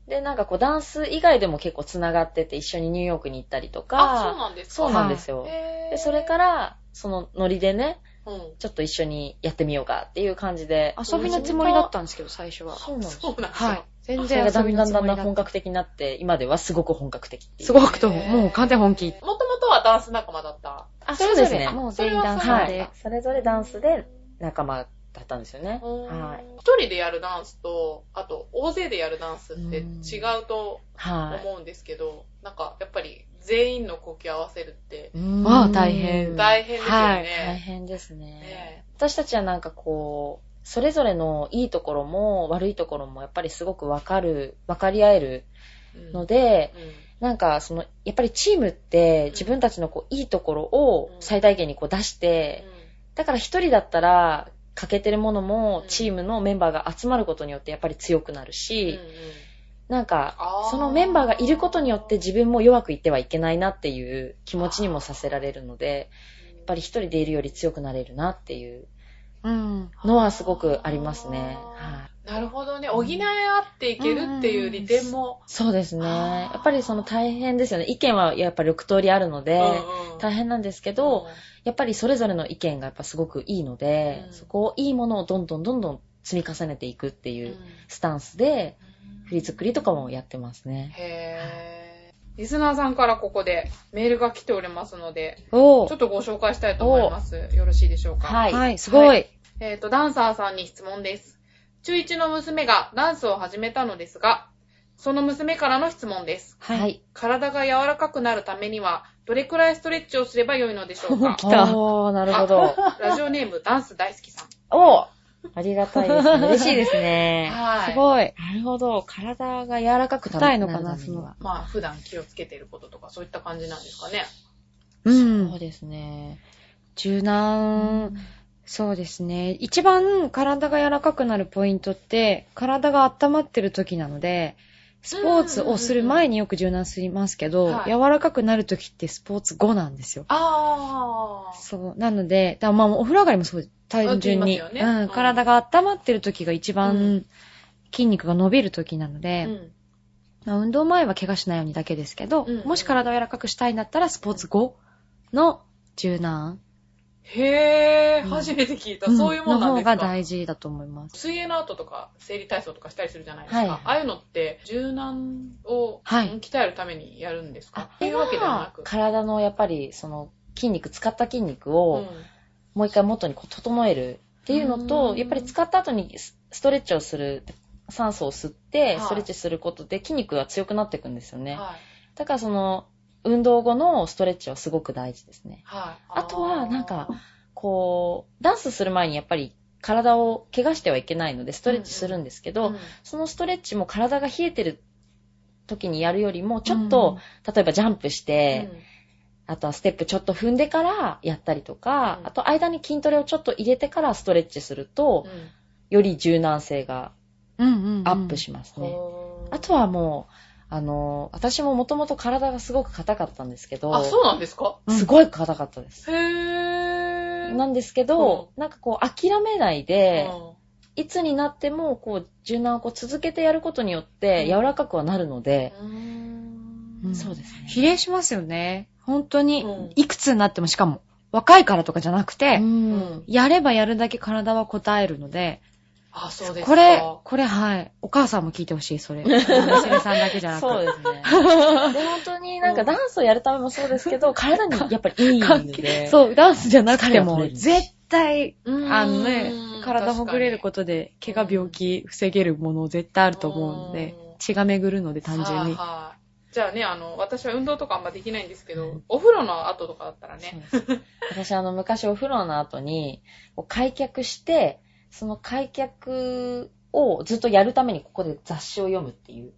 で、なんかこうダンス以外でも結構繋がってて一緒にニューヨークに行ったりと
あ、そう
か、
なんですか
そうなんですよ。
へー
で、それから、そのノリでね、
うん
ちょっと一緒にやってみようかっていう感じで、
遊びのつもりだったんですけど、最初は。
そうなんです
そうなんですよ
はい。全
それ
然
が
遊
だ
び
ん
の
だ
つ
んだ
も
ん
りだ
だ
っ
ん
た。
本格的になって、今ではすごく本格的っていう
すごくと、もう完全本気。
もともとはダンス仲間だった。
あ
それぞれもう全員ダン
は
サー
い
で。。
それぞれダンスで仲間だったんですよね。はい
一人でやるダンスと、あと大勢でやるダンスって違うと
はい。
思うんですけど、なんかやっぱり全員の呼吸合わせるって
うん
わあ大変
大変ですよね。
はい
大変ですね。
ね
私たちはなんかこう、それぞれのいいところも悪いところもやっぱりすごくわかる、わかり合える
うん
ので、
うん
なんか、その、やっぱりチームって自分たちのこう、いいところを
うん
最大限にこう出して、だから一人だったら、欠けてるものも
うん
チームのメンバーが集まることによってやっぱり強くなる
うん
し
う、ん
なんか、
あー
そのメンバーがいることによって自分も弱くいってはいけないなっていう気持ちにもさせられるので、やっぱり一人でいるより強くなれるなっていう
うん。
のはすごくありますね。
あー
はい
なるほどね。補い合っていけるっていう利点も。
そうですね。
あ
や
ー
っぱりその大変ですよね。意見はやっぱり6通りあるので、
うん
大変なんですけど、
うん
やっぱりそれぞれの意見がやっぱすごくいいので、
うん
そこをいいものをどんどんどんどん積み重ねていくって
う
い
ん
うスタンスで、振り作りとか
も。
もやってますね。
へー。リスナーさんからここでメールが来ておりますので、
お
ちょっとご紹介したいと思います。よろしいでしょうか。
はい。
はい、すご。
はいえっ、と、ダンサーさんに質問です。中1の娘がダンスを始めたのですが、その娘からの質問です。
はい。
体が柔らかくなるためには、どれくらいストレッチをすればよいのでしょう か
来た
おー、なるほど。
ラジオネーム、ダンス大好きさん。
おーありがたいですね。嬉しいですね。
は
すごい。
なるほど。体が柔らかくた
硬いのかな
るためには
まあ、普段気をつけてることとか、そういった感じなんですかね。
うん
そう。ですね。
柔軟、そうですね。一番体が柔らかくなるポイントって、体が温まってる時なので、スポーツをする前によく柔軟すりますけ
うんうん
ど
は、い
柔らかくなる時ってスポーツ後なんですよ。
あ
そう。なので、だまあ、お風呂上がりもそう、単純に。
うんって言いますよね
う
うん
ん。体が温まってる時が一
う
番筋肉が伸びる時なの
あ。う
で、
ん。
まあ運動前は怪我しないようにだけですけど
うんう、ん
もし体を柔らかくしたいんだったら、スポーツ後の柔軟。
へー、
うん
初めて聞いた。
ん
そういうもんなん
の
で
方
すか
が大事だと思います。
水泳の後とか、生理体操とかしたりするじゃないですか。
はい
ああいうのって、柔軟を
はい
鍛えるためにやるんですか、
あ
っていうわけではなく。
体のやっぱり、その筋肉、使った筋肉を、
うん
もう一回元にこう整えるっていうの
う
と、
ん
やっぱり使った後にスストレッチをする、酸素を吸って、
い
ストレッチすることで筋肉が強くなっていくんですよね。
はい。
だからその、運動後のストレッチはすごく大事ですね。
はい。
あとは、なんか、こう、ダンスする前にやっぱり体を怪我してはいけないので、ストレッチするんですけ
あー、
ど、
うん
そのストレッチも体が冷えてる時にやるよりも、ちょっと、例えばジャンプして、あとはステップちょっと踏んでからやったりとか、
うん
あと間に筋トレをちょっと入れてからストレッチすると
う、ん
より柔軟性が
うんうんうん。
アップしますね。
ほー
あとはもう、あの、私ももともと体がすごく硬かったんですけど、
あ、そうなんですか
すごい硬かったです。
へー。
なんですけど、なんかこう諦めないで、
うん
いつになってもこう柔軟をこう続けてやることによって
うん
柔らかくはなるので、
うーん
うん
そうですね。
比例しますよね。本当に
うん、
いくつになってもしかも、若いからとかじゃなくて、
うん
やればやるだけ体は応えるので、
あ、そうですか。
これ、これはい、お母さんも聞いてほしい、それ。娘さんだけ じゃなく。
そう
う
ですね。で、本当になんかダンスをやるためもそうですけど、体にやっぱりいい ので。
そう、ダンスじゃなくて
疲れは
も
取れ、るし
絶対、
うーん
あのね、体ほぐれることで、怪我、病気、防げるもの絶対あると思うんで
うん、
血が巡るので、単
確か
純
に
に
は。あはあじゃあね、あの、私は運動とかあんまできないんですけど、お風呂の後とかだったらね。
そうです私、あの、昔お風呂の後に、こう開脚して、その開脚をずっとやるためにここで雑誌を読むっていう。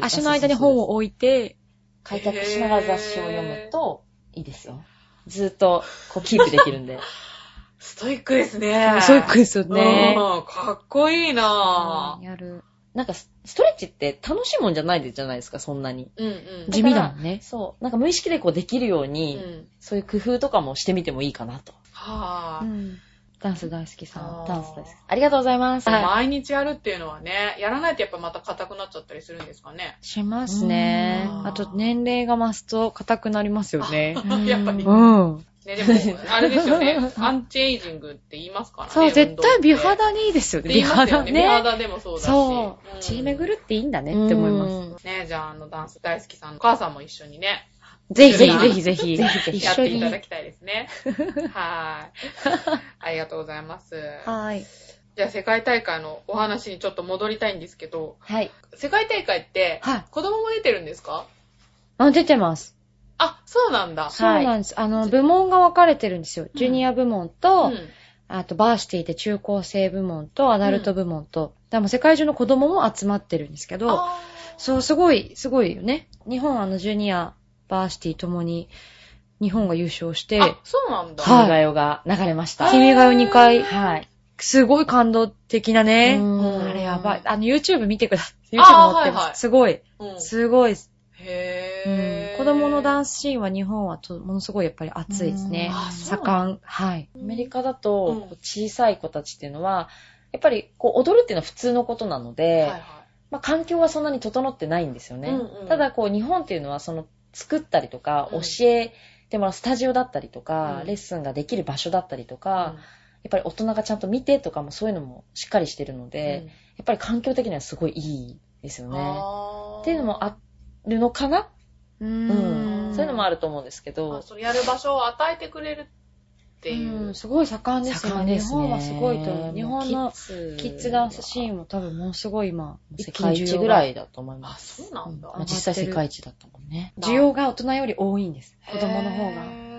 足の間に本
を
を置いて、
開脚しながら雑誌を読むと、いいですよ。ずっと、こう、キープできるんで。
ストイックですね。
そういうことですよ
うん
ね。
かっこいいな
やる。
なんか、スストレッチって楽しいもんじゃないじゃないですか、そんなに。
ぁ。うんうん。
地味だもんね。
そう。なんか無意識でこうできるよう
う
に、
ん。
そういう工夫とかもしてみてもいいかなと。
はぁ。
うんダンス大好きさん。
あー
ダンスです。ありがとうございます。
毎日やるっていうのはね、やらないとやっぱまた硬くなっちゃったりするんですかね。
しますね
う。ん
あと、年齢が増すと硬くなりますよね。
ん
やっぱり
う。ん。
ね、でも、あれですよね。アンチエイジングって言いますからね。
そう、絶対美
運動って
肌にいいですよね。
って言
美
いますよ
肌
ね。
ね。
美肌でもそうだし。
そう。
ん
血巡るっていいんだ
うん
ねって思います。。
ね、じゃあ、あの、ダンス大好きさんのお母さんも一緒にね、
ぜひ
う
ぜひ
ん
ぜひぜひ。
ぜひぜひ
一
やっ
緒
てい
に
た。だきたいですね。はーい。ありがとうございます。
はい。
じゃあ世界大会のお話にちょっと戻りたいんですけど、
はい。
世界大会って
はい。
子供も出てるんですか
あ、出てます。
あ、そうなんだ。
そうなんです。あの、部門が分かれてるんですよ。ジュニア部門と、
うん
あとバーシティで中高生部門とアダルト部門と、でも世界中の子供も集まってるんですけど、
あ
そう、すごい、すごいよね。日本あのジュニア、バーシティともに日本が優勝し
ー
て、
あ、そうなんだ。
はい
君が代が流れました。
はい
君が代2回、
はい。
すごい感動的なね。
う
うんんあれやばい。あの YouTube 見てください。
あ
YouTube
ー
持ってます。
はいはい
すごい、
うん
すごい、
へー
うん子供のダン
ス。
スシーンは日本はとものすごいやっぱり熱いですねうん。
あそう
盛ん。はい。
アメリカだ
う
と
ん、
こう小さい子たちっていうのは、やっぱりこう踊るっていうのは普通のことなので、
はいはい
まあ、環境はそんなに整ってないんですよね。
うんうん
ただこう日本っていうのはその作ったりとか、
うん
教えてもらうスタジオだったりとか、
うん
レッスンができる場所だったりとか、やっぱり大人がちゃんと見てとかもそういうのもしっかりしてるので、やっぱり環境的にはすごいいいですよ
うん
ね。
あー
っていうのもあるのかな、
う
うん、そういうのも
あ
あると思うんですけ
あ
ど、
それやる場所を与えてくれるっていう。
すごい盛んですよ
盛ん
ね。
で
日
すね
本はすごいと思う。日本の
ッ
キッズダンスシーンも多分ものすごい今、
世界一ぐらいだと思いま
あ、
す。
そうなんだ。
まあ、実際世界一だったもんね。
需要が大人より多いんです。
へー
子供の方が。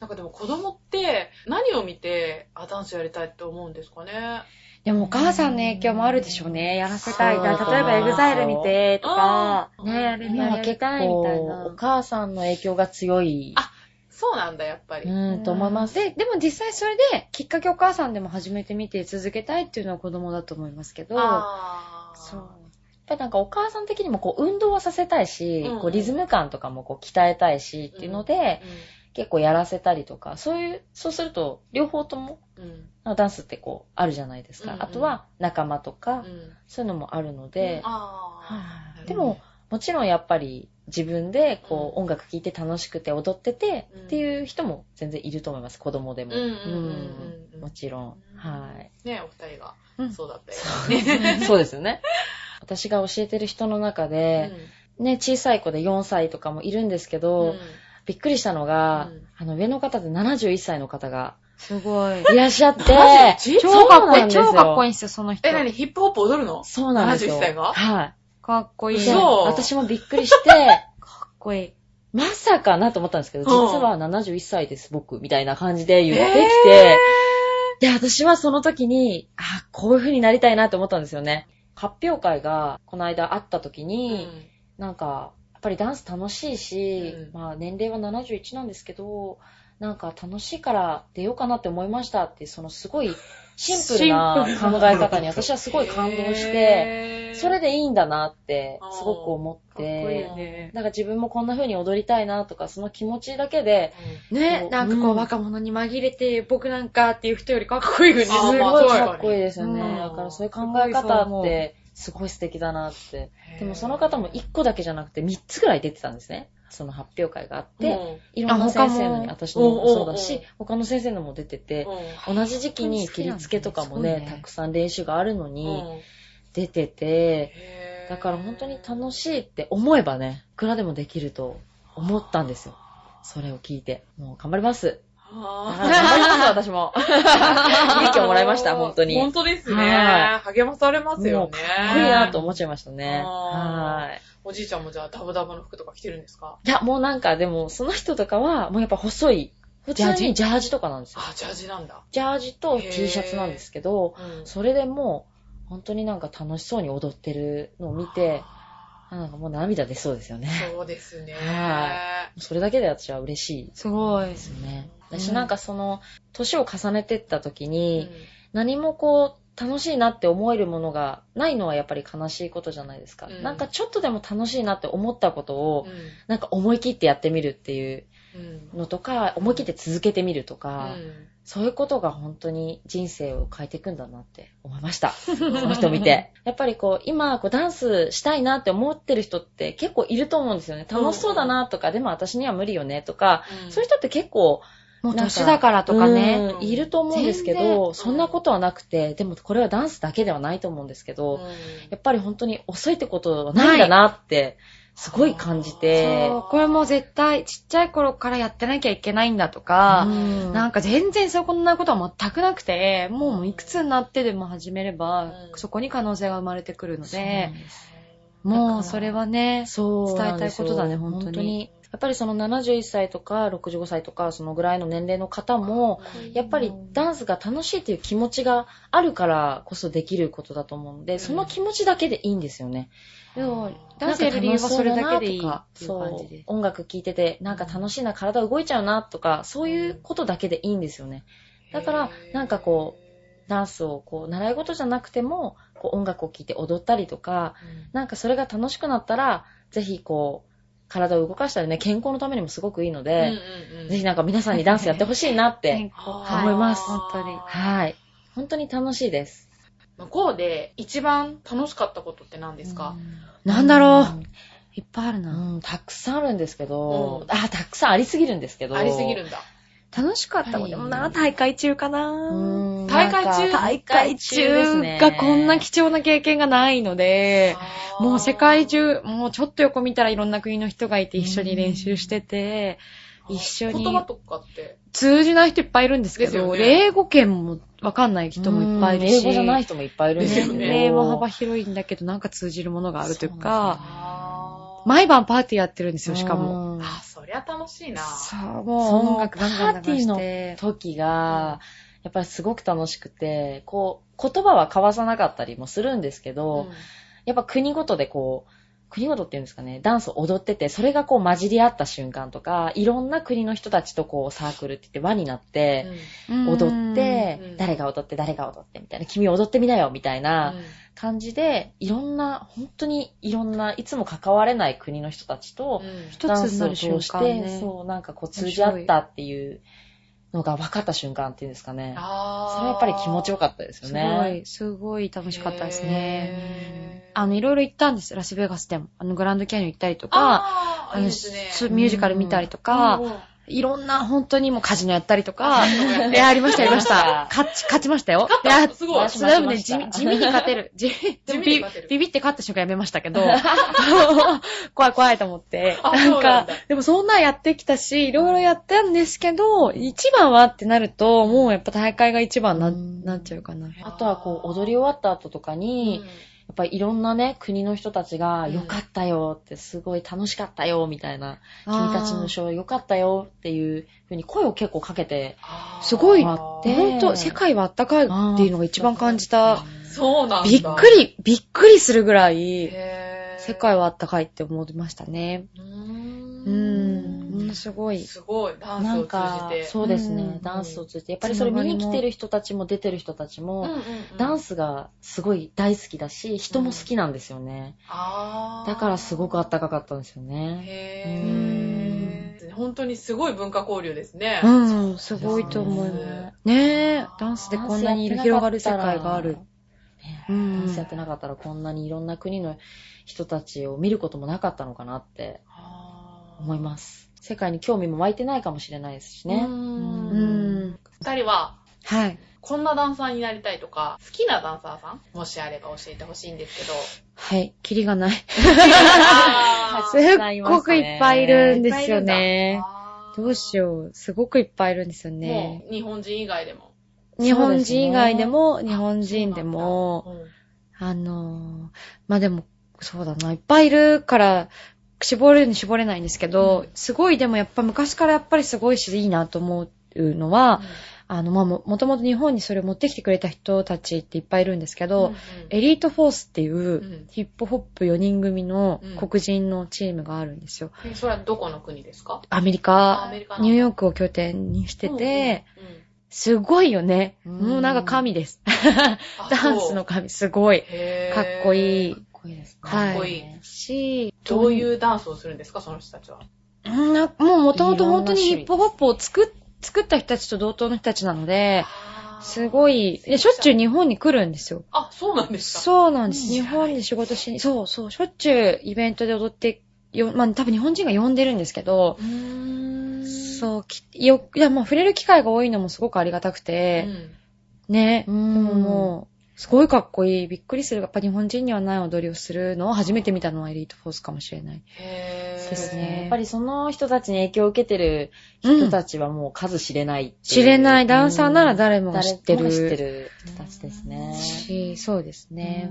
なんかでも子供って何を見て、あ、ダンスやりたいって思うんですかね。
でもお母さんの影響もあるでしょうね。やらせたい。
そう
だから例えばエグザイル見てとか、
あー
ね、あれ
今
や
は
り
結
たいみたい
構、お
な。
母さんの影響が強い。
あそうなんだ、やっぱり。
うん、と思います。
で、でも実際それで、きっかけお母さんでも始めてみて続けたいっていうのは子供だと思いますけど、
あー
そう。
やっぱりなんかお母さん的にもこう運動はさせたいし、
うん
こうリズム感とかもこう鍛えたいしっていうので、結構やらせたりとか、そういう、そうすると両方とも、
うん。うん。
ダンスってこうあるじゃないですか。
うんうん
あとは仲間とか、
うん。
そういうのもあるので、
あー
でも、もちろんやっぱり自分でこう
うん
音楽聴いて楽しくて踊ってて
うん
っていう人も全然いると思います。子供で
う
も。
んうんうんうん
もちろん。はい。
ねお二人が
うん
そうだったよ。
そうですよね。私が教えてる人の中
うん
で、ね、小さい子で4歳とかもいるんですけど、びっくりしたのが、
うん
あの、上の方で71歳の方 が
すごい。
いらっしゃって、
超かっこいい。
そう
超かっこいい
い。
んですよ、その人。
え、なにヒップホップ踊るの
そうなんですよ。
71歳が
は
かっこい
い。
い。
で
嘘
かっ
私もびっくりして、
こいい。
まさかなと思ったんですけど、
うん
実は71歳です、僕、みたいな感じで言ってきて、で、私はその時に、あ、こういう風になりたいなと思ったんですよね。発表会が、この間あった時に、なんか、やっぱりダンス楽しいし、
うん
まあ年齢は71なんですけど、なんか楽しいから出ようかなって思いましたって、そのすごいシンプルな
シン
考え方に私はすごい感動して、
て
それでいいんだなって
あー、
すごく思っ
かっこいい
て
よ、ね。
なんか自分もこんな風に踊りたいなとか、その気持ちだけで、
ね、なんかこう、
うん
若者に紛れて、僕なんかっていう人よりかっこいい風に
す
あー
ごい
まあそうや
かっこいいですよね。
うん
だからそういう考え方って、すごい素敵だなって。でもその方も
行っ
1個だけじゃなくて3つぐらい出てたんですね。その発表会があって、いろん
あ
な
他
先
も
生のに、私のもそうだ
おう
し
おう、
他の先生のも出てて、同じ時期に振り付けとかもね
本当に好きなんだねすごいね
たくさん練習があるのに出てて、だから本当に楽しいって思えばね、いくらでもできると思ったんですよ。それを聞いて。もう頑張ります。はい頑張ります、私 も。勇気をもらいま した、本当に。
本当です
は
ね。励まされますよ
もう
ね。
かっこいいなと思っちゃいましたね。
あ
はい。
おじいちゃんもじゃあダブダブの服とか着てるんですか
いや、もうなんかでも、その人とかは、もうやっぱ細い、普通にジャージとかなんですよ。
あ、ジャージなんだ。
ジャージと
へー
T シャツなんですけど、
うん
それでもう、本当になんか楽しそうに踊ってるのを見て、あなんかもう涙出そうですよね。
そうですね。
はそれだけで私は嬉しいです
ごい。
すね。
うん
私なんかその、年を重ねてった時
う
に、
ん
何もこう、楽しいなって思えるものがないのはやっぱり悲しいことじゃないですか。
うん
なんかちょっとでも楽しいなって思ったことを、
う
なんか思い切ってやってみるっていうん
うん
のとか、思い切って続けてみるとか、
うん
そういうことが本当に人生を変えていくんだなって思いま した。その人見て。やっぱりこう、今こうダンスしたいなって思ってる人って結構いると思うんですよね。楽しそうだなとか、でも私には無理よねとか、そういう人って結構、
もう
なんか
年だからとかね。
うんいると思うんですけ
全
ど、そんなことはなくて、でもこれはダンスだけではないと思うんですけど、
うん
やっぱり本当に遅いってことはないんだなって、すごい感じて
そ、う、これも絶対ちっちゃい頃からやってなきゃいけないんだとか、
ん
なんか全然そんなことは全くなくて、もうもういくつになってでも始めれば、
うん
そこに可能性が生まれてくるの
そうなん
で、
ですだか
も
ら
うそれはね、
そうなんですよ。
伝えたいことだね本当に
やっぱりその71歳とか65歳とか、そのぐらいの年齢の方も、やっぱりダンスが楽しいっていう気持ちがあるからこそできることだと思うんで、その気持ちだけでいいんですよね。
そうダンスやる理由はそれだけでいいっていう感
そ
じ
う
です。。
音楽聴いてて、なんか楽しいな、体動いちゃうなとか、そういうことだけでいいんですよね。だから、なんかこう、ダンスをこう、習い事じゃなくても、こう音楽を聴いて踊ったりとか、なんかそれが楽しくなったら、ぜひこう、体を動かしたりね、健康のためにもすごくいいの
うん、
で、
うん
ぜひなんか皆さんにダンスやってほしいなって、
はい
思います
本当に。
はい。本当に楽しいです。
向こうで一番楽しかったことって何ですか、
なんだろう、いっぱいある
う
な。
ん、うんたくさんあるんですけ
う
ど、
ん
あ、たくさんありすぎるんですけど。
ありすぎるんだ。
楽しかったも
は
ん
い
でもな、大会中か
う
な。
ん。
大会中
なんか
大会中がこんな貴重な経験がないので、もう世界中、もうちょっと横見たらいろんな国の人がいて一緒に練習してて、一緒に
言葉とかって。
通じない人いっぱいいるんですけ
ですよ
ど、
ね
英語圏もわかんない人もいっぱいいるし、
英語じゃない人もいっぱいいるんですけど。
ね
英語幅広いんだけど、なんか通じるものがあるというか、
あ
毎晩パーティーやってるんですよ、しかも。
も
ーあ、そりゃ楽しいな。
そう、
そ
もう
の
音楽ガンガン流
パー
し
テ
て。
時が、やっぱりすごく楽しくて、こう、言葉は交わさなかったりもするんですけど、やっぱ国ごとでこう、国ごとっていうんですかね、ダンスを踊ってて、それがこう混じり合った瞬間とか、いろんな国の人たちとこうサークルって言って輪になって、踊って、
うん
誰が踊って、誰が踊って、みたいな、君踊ってみなよ、みたいな感じで、いろんな、本当にいろんな、いつも関われない国の人たちと、
一
ダン
つに
ス
な
を
る
通
瞬
し
間
て、
ね。
そう、なんかこう通じ合ったっていうのが分かった瞬間っていうんですかね。それはやっぱり気持ちよ
っ
かったですよ
すご
ね。
い、すごい楽しかったですね。
ね
あの、いろいろ行ったんです。ラスベガスでも。あの、グランドキャニオン行ったりとか、
あー、いい
の、
ですね。
そうミュージカル見たりと
う
か
ん、うん
いろんな、本当にもうカジノやったりと か、
うん
いや、ありました、ありまし
あ
た。勝ち、勝ちましたよ。いや、
すごい。
し
そ
ま
れ
した
でもね、地味地味に勝てる。地味、でも
地味に
ビ
勝てる
ビビって勝った瞬間やめました けど、怖い怖いと思って。
あ
な
そ
ん
うなん
か
だ、
でもそんなんやってきたし、いろいろやったんですけど、一番はってなると、もうやっぱ大会が一番な、
うん
なっちゃうかな。
あとはこう踊り終わった後とかに、やっぱりいろんなね、国の人たちが、
うん
よかったよって、すごい楽しかったよ、みたいな、
あー
君たちのショーよかったよっていうふうに声を結構かけて、
すごい
あ
で
ー
本当世界はあったかいっていうのが一番感じた。
そうなんだ。
びっくり、びっくりするぐらい、
へー
世界はあったかいって思いましたね。
う
う
ー
ん。
ん。
ものすごい。
すごい、ダンス
な
を
ん
通
か
じて。、
そうですね、
うん
ダンスを通じて、やっぱりそれ見に来てる人たちも出てる人たちも、ダン
ス、
スがすごい大好きだし、人も好きなんですよね。
あー
だからすごくあったかかったんですよね。
へー。本当にすごい文化交流ですね。
うん、すごいと思
う
う。
ね
ねえ、ダンスでこんなに広がる世界がある。。う
ダン
ん
スやってなかったらこんなにいろんな国の人たちを見ることもなかったのかなって思い
す
ます。世界に興味も湧いてないかもしれないですしね。う
う
ん
ん。
二人は、
はい。
こんなダンサーになりたいとか、好きなダンサーさんもしあれば教えてほしいんですけど。
はい。キリがない。 す
あー
い
っごくいっぱいいるんですよね。
あー
どうしよう。すごくいっぱいいるんですよね
も。う、日本人以外でも。
日本人以外でも、
ね
日本人でも、
うん
あのー、まあ、でも、そうだな、いっぱいいるから、絞れるに絞れないんですけど、
うん
すごいでもやっぱ昔からやっぱりすごいし、いいなと思うのは、あの、まあ、も、もともと日本にそれを持ってきてくれた人たちっていっぱいいるんですけ
うん
ど、
うん
エリートフォースっていう、
ん
ヒップホップ4人組の
うん
黒人のチームがあるんですよ。
えそれはどこの国ですか
アメリ
あア
カ
メリカ、なんだ
ニューヨークを拠点にしてて、、
うんうんうん
すごいよね。
うん
もうなんか神です。
あ
ダンスの神、すごい。
か
かっこいい。
かっこいいですね。
はい
かっこいい
し、
どういうダンスをするんですか、その人たちは。
うんなもうもともと本当に
い
ヒ
ろんな種類
ップホップを作っ作った人たちと同等の人たちなので、すごい、
そう
でしょっちゅう日本に来るんですよ。
あ、そうなんですか。
そうなんです。
うん
日本で仕事しに、そうそう、しょっちゅうイベントで踊って、よまあ多分日本人が呼んでるんですけど、
うーん。
そう、きよ、いや、まあ触れる機会が多いのもすごくありがたく
う
て、
ん
ね、
う
でも
ん。
もう、すごいかっこいい。びっくりする。やっぱ日本人にはない踊りをするのを初めて見たのはエリートフォースかもしれない。
へー。
ですね
やっぱりその人たちに影響を受けてる人たちはもう数知れないってう
知れないダンサーなら誰もが知ってる。
誰もが知ってる人たちですね。
し、そうですね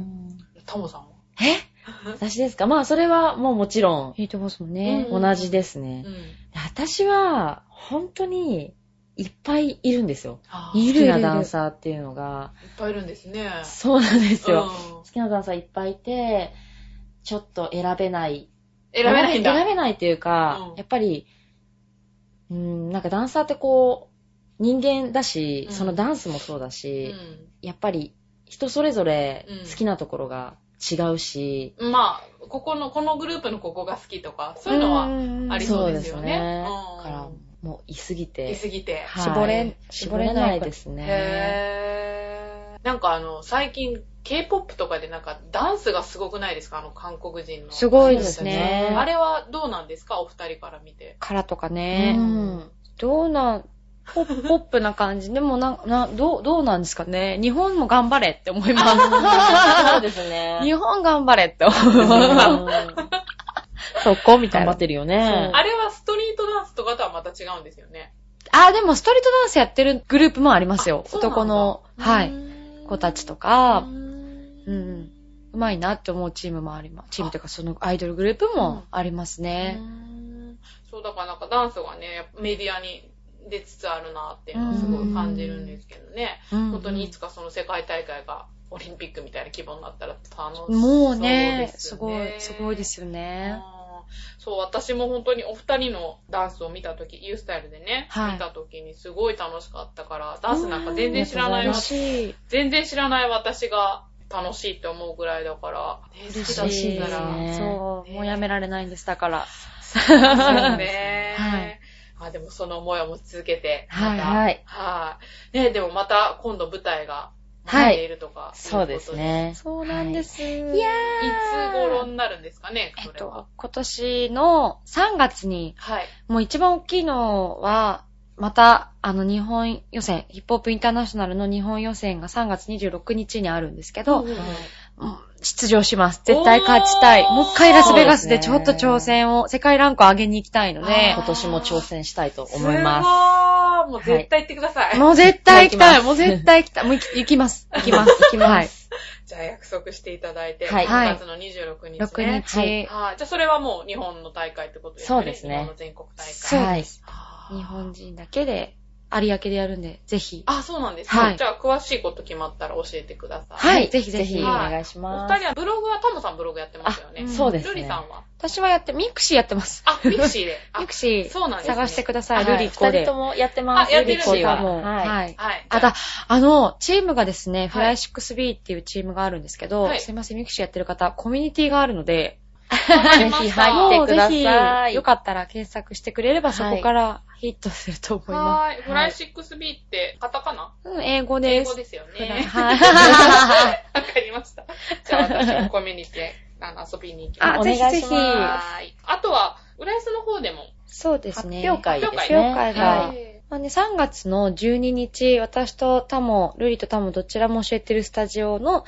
う。ん
タモさんは
え私ですかまあそれはもうもちろん
エリートフォースもね。
うん
同じですね。
ん。
私は本当にいっぱいいるんですよ。
あーい
い
っ
好
る
きなダンサーっていうのが。
ぱいいるんですね。
そうなんですよ。
うん
好きなダンサーいっぱいいて、ちょっと選べない
選べないんだ。
選べないっていうか、
うん
やっぱり、うん、なんかダンサーってこう、人間だし、
うん
そのダンスもそうだし、
う
やっぱり人それぞれ
うん
好きなところが違うし、
ん。まあ、ここの、このグループのここが好きとか、そういうのは、
は
ありそうですよねう
だ
ん
から、もういすぎ
い
て、
すぎて。
はい
絞れ
絞れないですね。
へー。なんかあの、最近、K-POP とかでなんかダンスがすごくないですかあの、韓国人の。
すごいですね。
あれはどうなんですかお二人から見て。
からとか
う
ね。
ん
どうなん、ポップポップな感じ。でもな、な、どう、どうなんですかね。日本も頑張れって思います。
そうですね。
日本頑張れって
うん
思います。そこみた
頑張
いな
っ。てるよね。
あれはストリートダンスとかとはまた違うんですよね。
あ、でもストリートダンスやってるグループもありますよ。
あそうなんだ
男の、は
う
い、
ーん
子たちと
うー
か、
ん
うんうん。うまいなって思うチームもあります。チームというかそのアイドルグループもありますね。
そう、だからなんかダンスがね、やっぱメディアに出つつあるなっていうのをすごい感じるんですけどね。
うん
本当にいつかその世界大会がオリンピックみたいな規模になったら楽しそうですよね。
もうね、すごい、すごいですよね。
あーそう、私も本当にお二人のダンスを見たとき、ユースタイルでね、
はい
見たときにすごい楽しかったから、ダンスなんか全然知らない
嬉
わ、
しい。
全然知らない私が楽しいって思うぐらいだから、ね好きだ
嬉
っ
しいで
た
す
ら、
ね。そう、もうやめられないんです、だから。
そうね。
はい
あ、でもその思いを持ち続けて、
はい
また
はい。
はい。ね、でもまた今度舞台が
はい
待っているとか、
そうです。ね。
そうなんです。い
いや
いつ頃になるんですかね、
え
そ
っ
れは
と。、今年の3月に、
はい。
もう一番大きいのは、また、あの、日本予選、ヒップホップインターナショナルの日本予選が3月26日にあるんですけど、
うん
うん出場します。絶対勝ちたい。
おー
もう一回ラスベガスでち
そう
ょ
で
っ
す
と
ね
挑戦を、世界ランクを上げに行きたいので
あ
今、年も挑戦したいと思います。
すごいもう絶対行ってください。
もう絶対行きた
行きます
い。もう絶対行きたい。もう行き行きます。 行きます。行きます。
じゃあ約束していただいて、
はい
5月の26日ね。
6日、
はい
はい。じゃあそれはもう日本の大会ってことですね。
そうですね
日本の全国大会。
そうです。
あー
日本人だけで、有明でやるんで、ぜひ。
あ、そうなんですね、
はい
じゃあ詳しいこと決まったら教えてください。
はい
ぜ
ぜ
ひ
ひ
ぜ
ぜ
ひ
ひ
お願いし
お
ます
二。人はブログは、タモさんブログやってますよね。
あ
そうですね
ルリさんは
私はやって、ミクシーやってます。
あ、ミクシーで。あ
ミクシー、
そうなんですね
探してくださ。
はいい
ルリコ
二
で
人。ともやってます。
あやってる
ルリコ
ルリコ
が。
も
はい。
はい。
はい。
あ、だ、あの、チームがですね、
い
フライシックス B っていうチームがあるんですけど、
はい
すいません、ミクシーやってる方、コミュニティがあるので、
ぜひ入ってくだ
もう
さ
ぜ
い。
ひよかったら検索してくれれば、そ
はい
こからヒットすると思いま
はい。フライシックス B ってカタカナ
す。うん、英語
英
で
語
す。
ですよ
フライ
ね。
は
わ
い。
かりました。じゃあ私もコミュニティ、あの、遊びに行きます。
あ、ぜひぜひ。
お願いしま
はい。あとは、浦安の方でも。
そうです
発
ね。
表会ですね。
発
表会が
は
はい
い。
まあね、3月の12日、私とタモ、ルリとタモどちらも教えてるスタジオの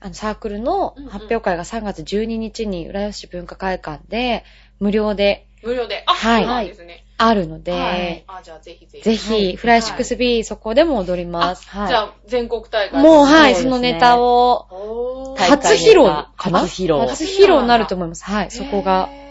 あのサークルの
うんうん
発表会が3月12日に浦安市文化会館で無料で
無料で。あ、
はい
そうなんですね。
あるので、
はい。あ、じゃあぜひぜひ。
ぜ
は
ひ
い
フライシックス B そこでも踊ります。
はい。
じゃあ、全国大会。
もうはい、
そうですね
そのネタを
おー
大会
初披露
が
かな
初披露。
初披露になると思います。はい、そこが。
へー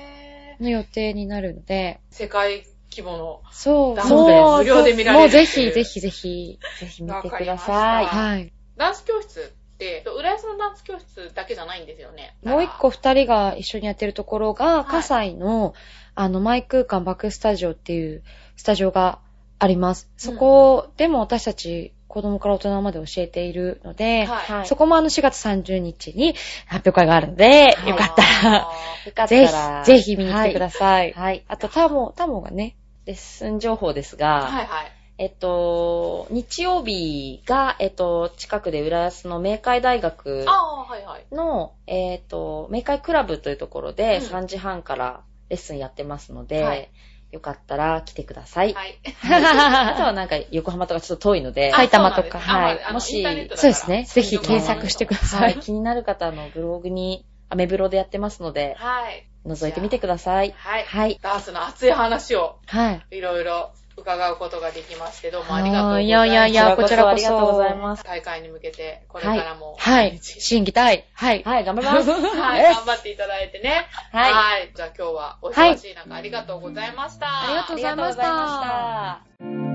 の予定になるので、
世界規模の。
そう、
ダ
ンスです
そう
無料で見られる
もうぜひぜひぜひ。
ぜひ見てください
わ。か
はい。
ダンス教室って、浦安のダンス教室だけじゃないんですよね。
もう一個二人が一緒にやってるところ
い
が、葛西の、あの、マイ空間バックスタジオっていうスタジオがあります。そこでも私たち子供から大人まで教えているので、
はい
そこもあの4月30日に発表会があるので、
い。
よかったら、
よかった
ぜ
ら。
ひ、ぜひ見に来てください。
はい。はい。
あと、タモ、タモがね、
レッスン情報です
あーは
が、
いはい。
えっと、日曜日が、えっと、近くで浦安の明海大学
ああー、はいはい。
の、えっ、と、明快クラブというところで
うん
3時半からレッスンやってますので、
はい
よかったら来てください。
はい。
あとはなんか横浜とかちょっと遠いので、
埼玉とか
あそうな
は
んです
い
あまああの
もし
インターネットだか
そう
ら
ですね。ぜひ検索してくださ
はいい、。気になる方のブログに、アメブロでやってますので、
はい。
覗いてみてください。
はい。
はい。
ダースの熱い話を
はい。
いろいろ伺うことができまして、どうもありがとうござ
はいい。い
ま
や
す。
いやいや、こ
こ
ち
ち
ら
ら
こ
こ
そ。
そありがとうございます。
大会に向けて、これからも。
はい。審議隊。はい。
はい、頑張ります。
はい、
です
頑張っていただいてね。
はい。
じゃあ今日はお忙しい中ありがとうございました。
ありがとうございまし
あり
た
がとうございました。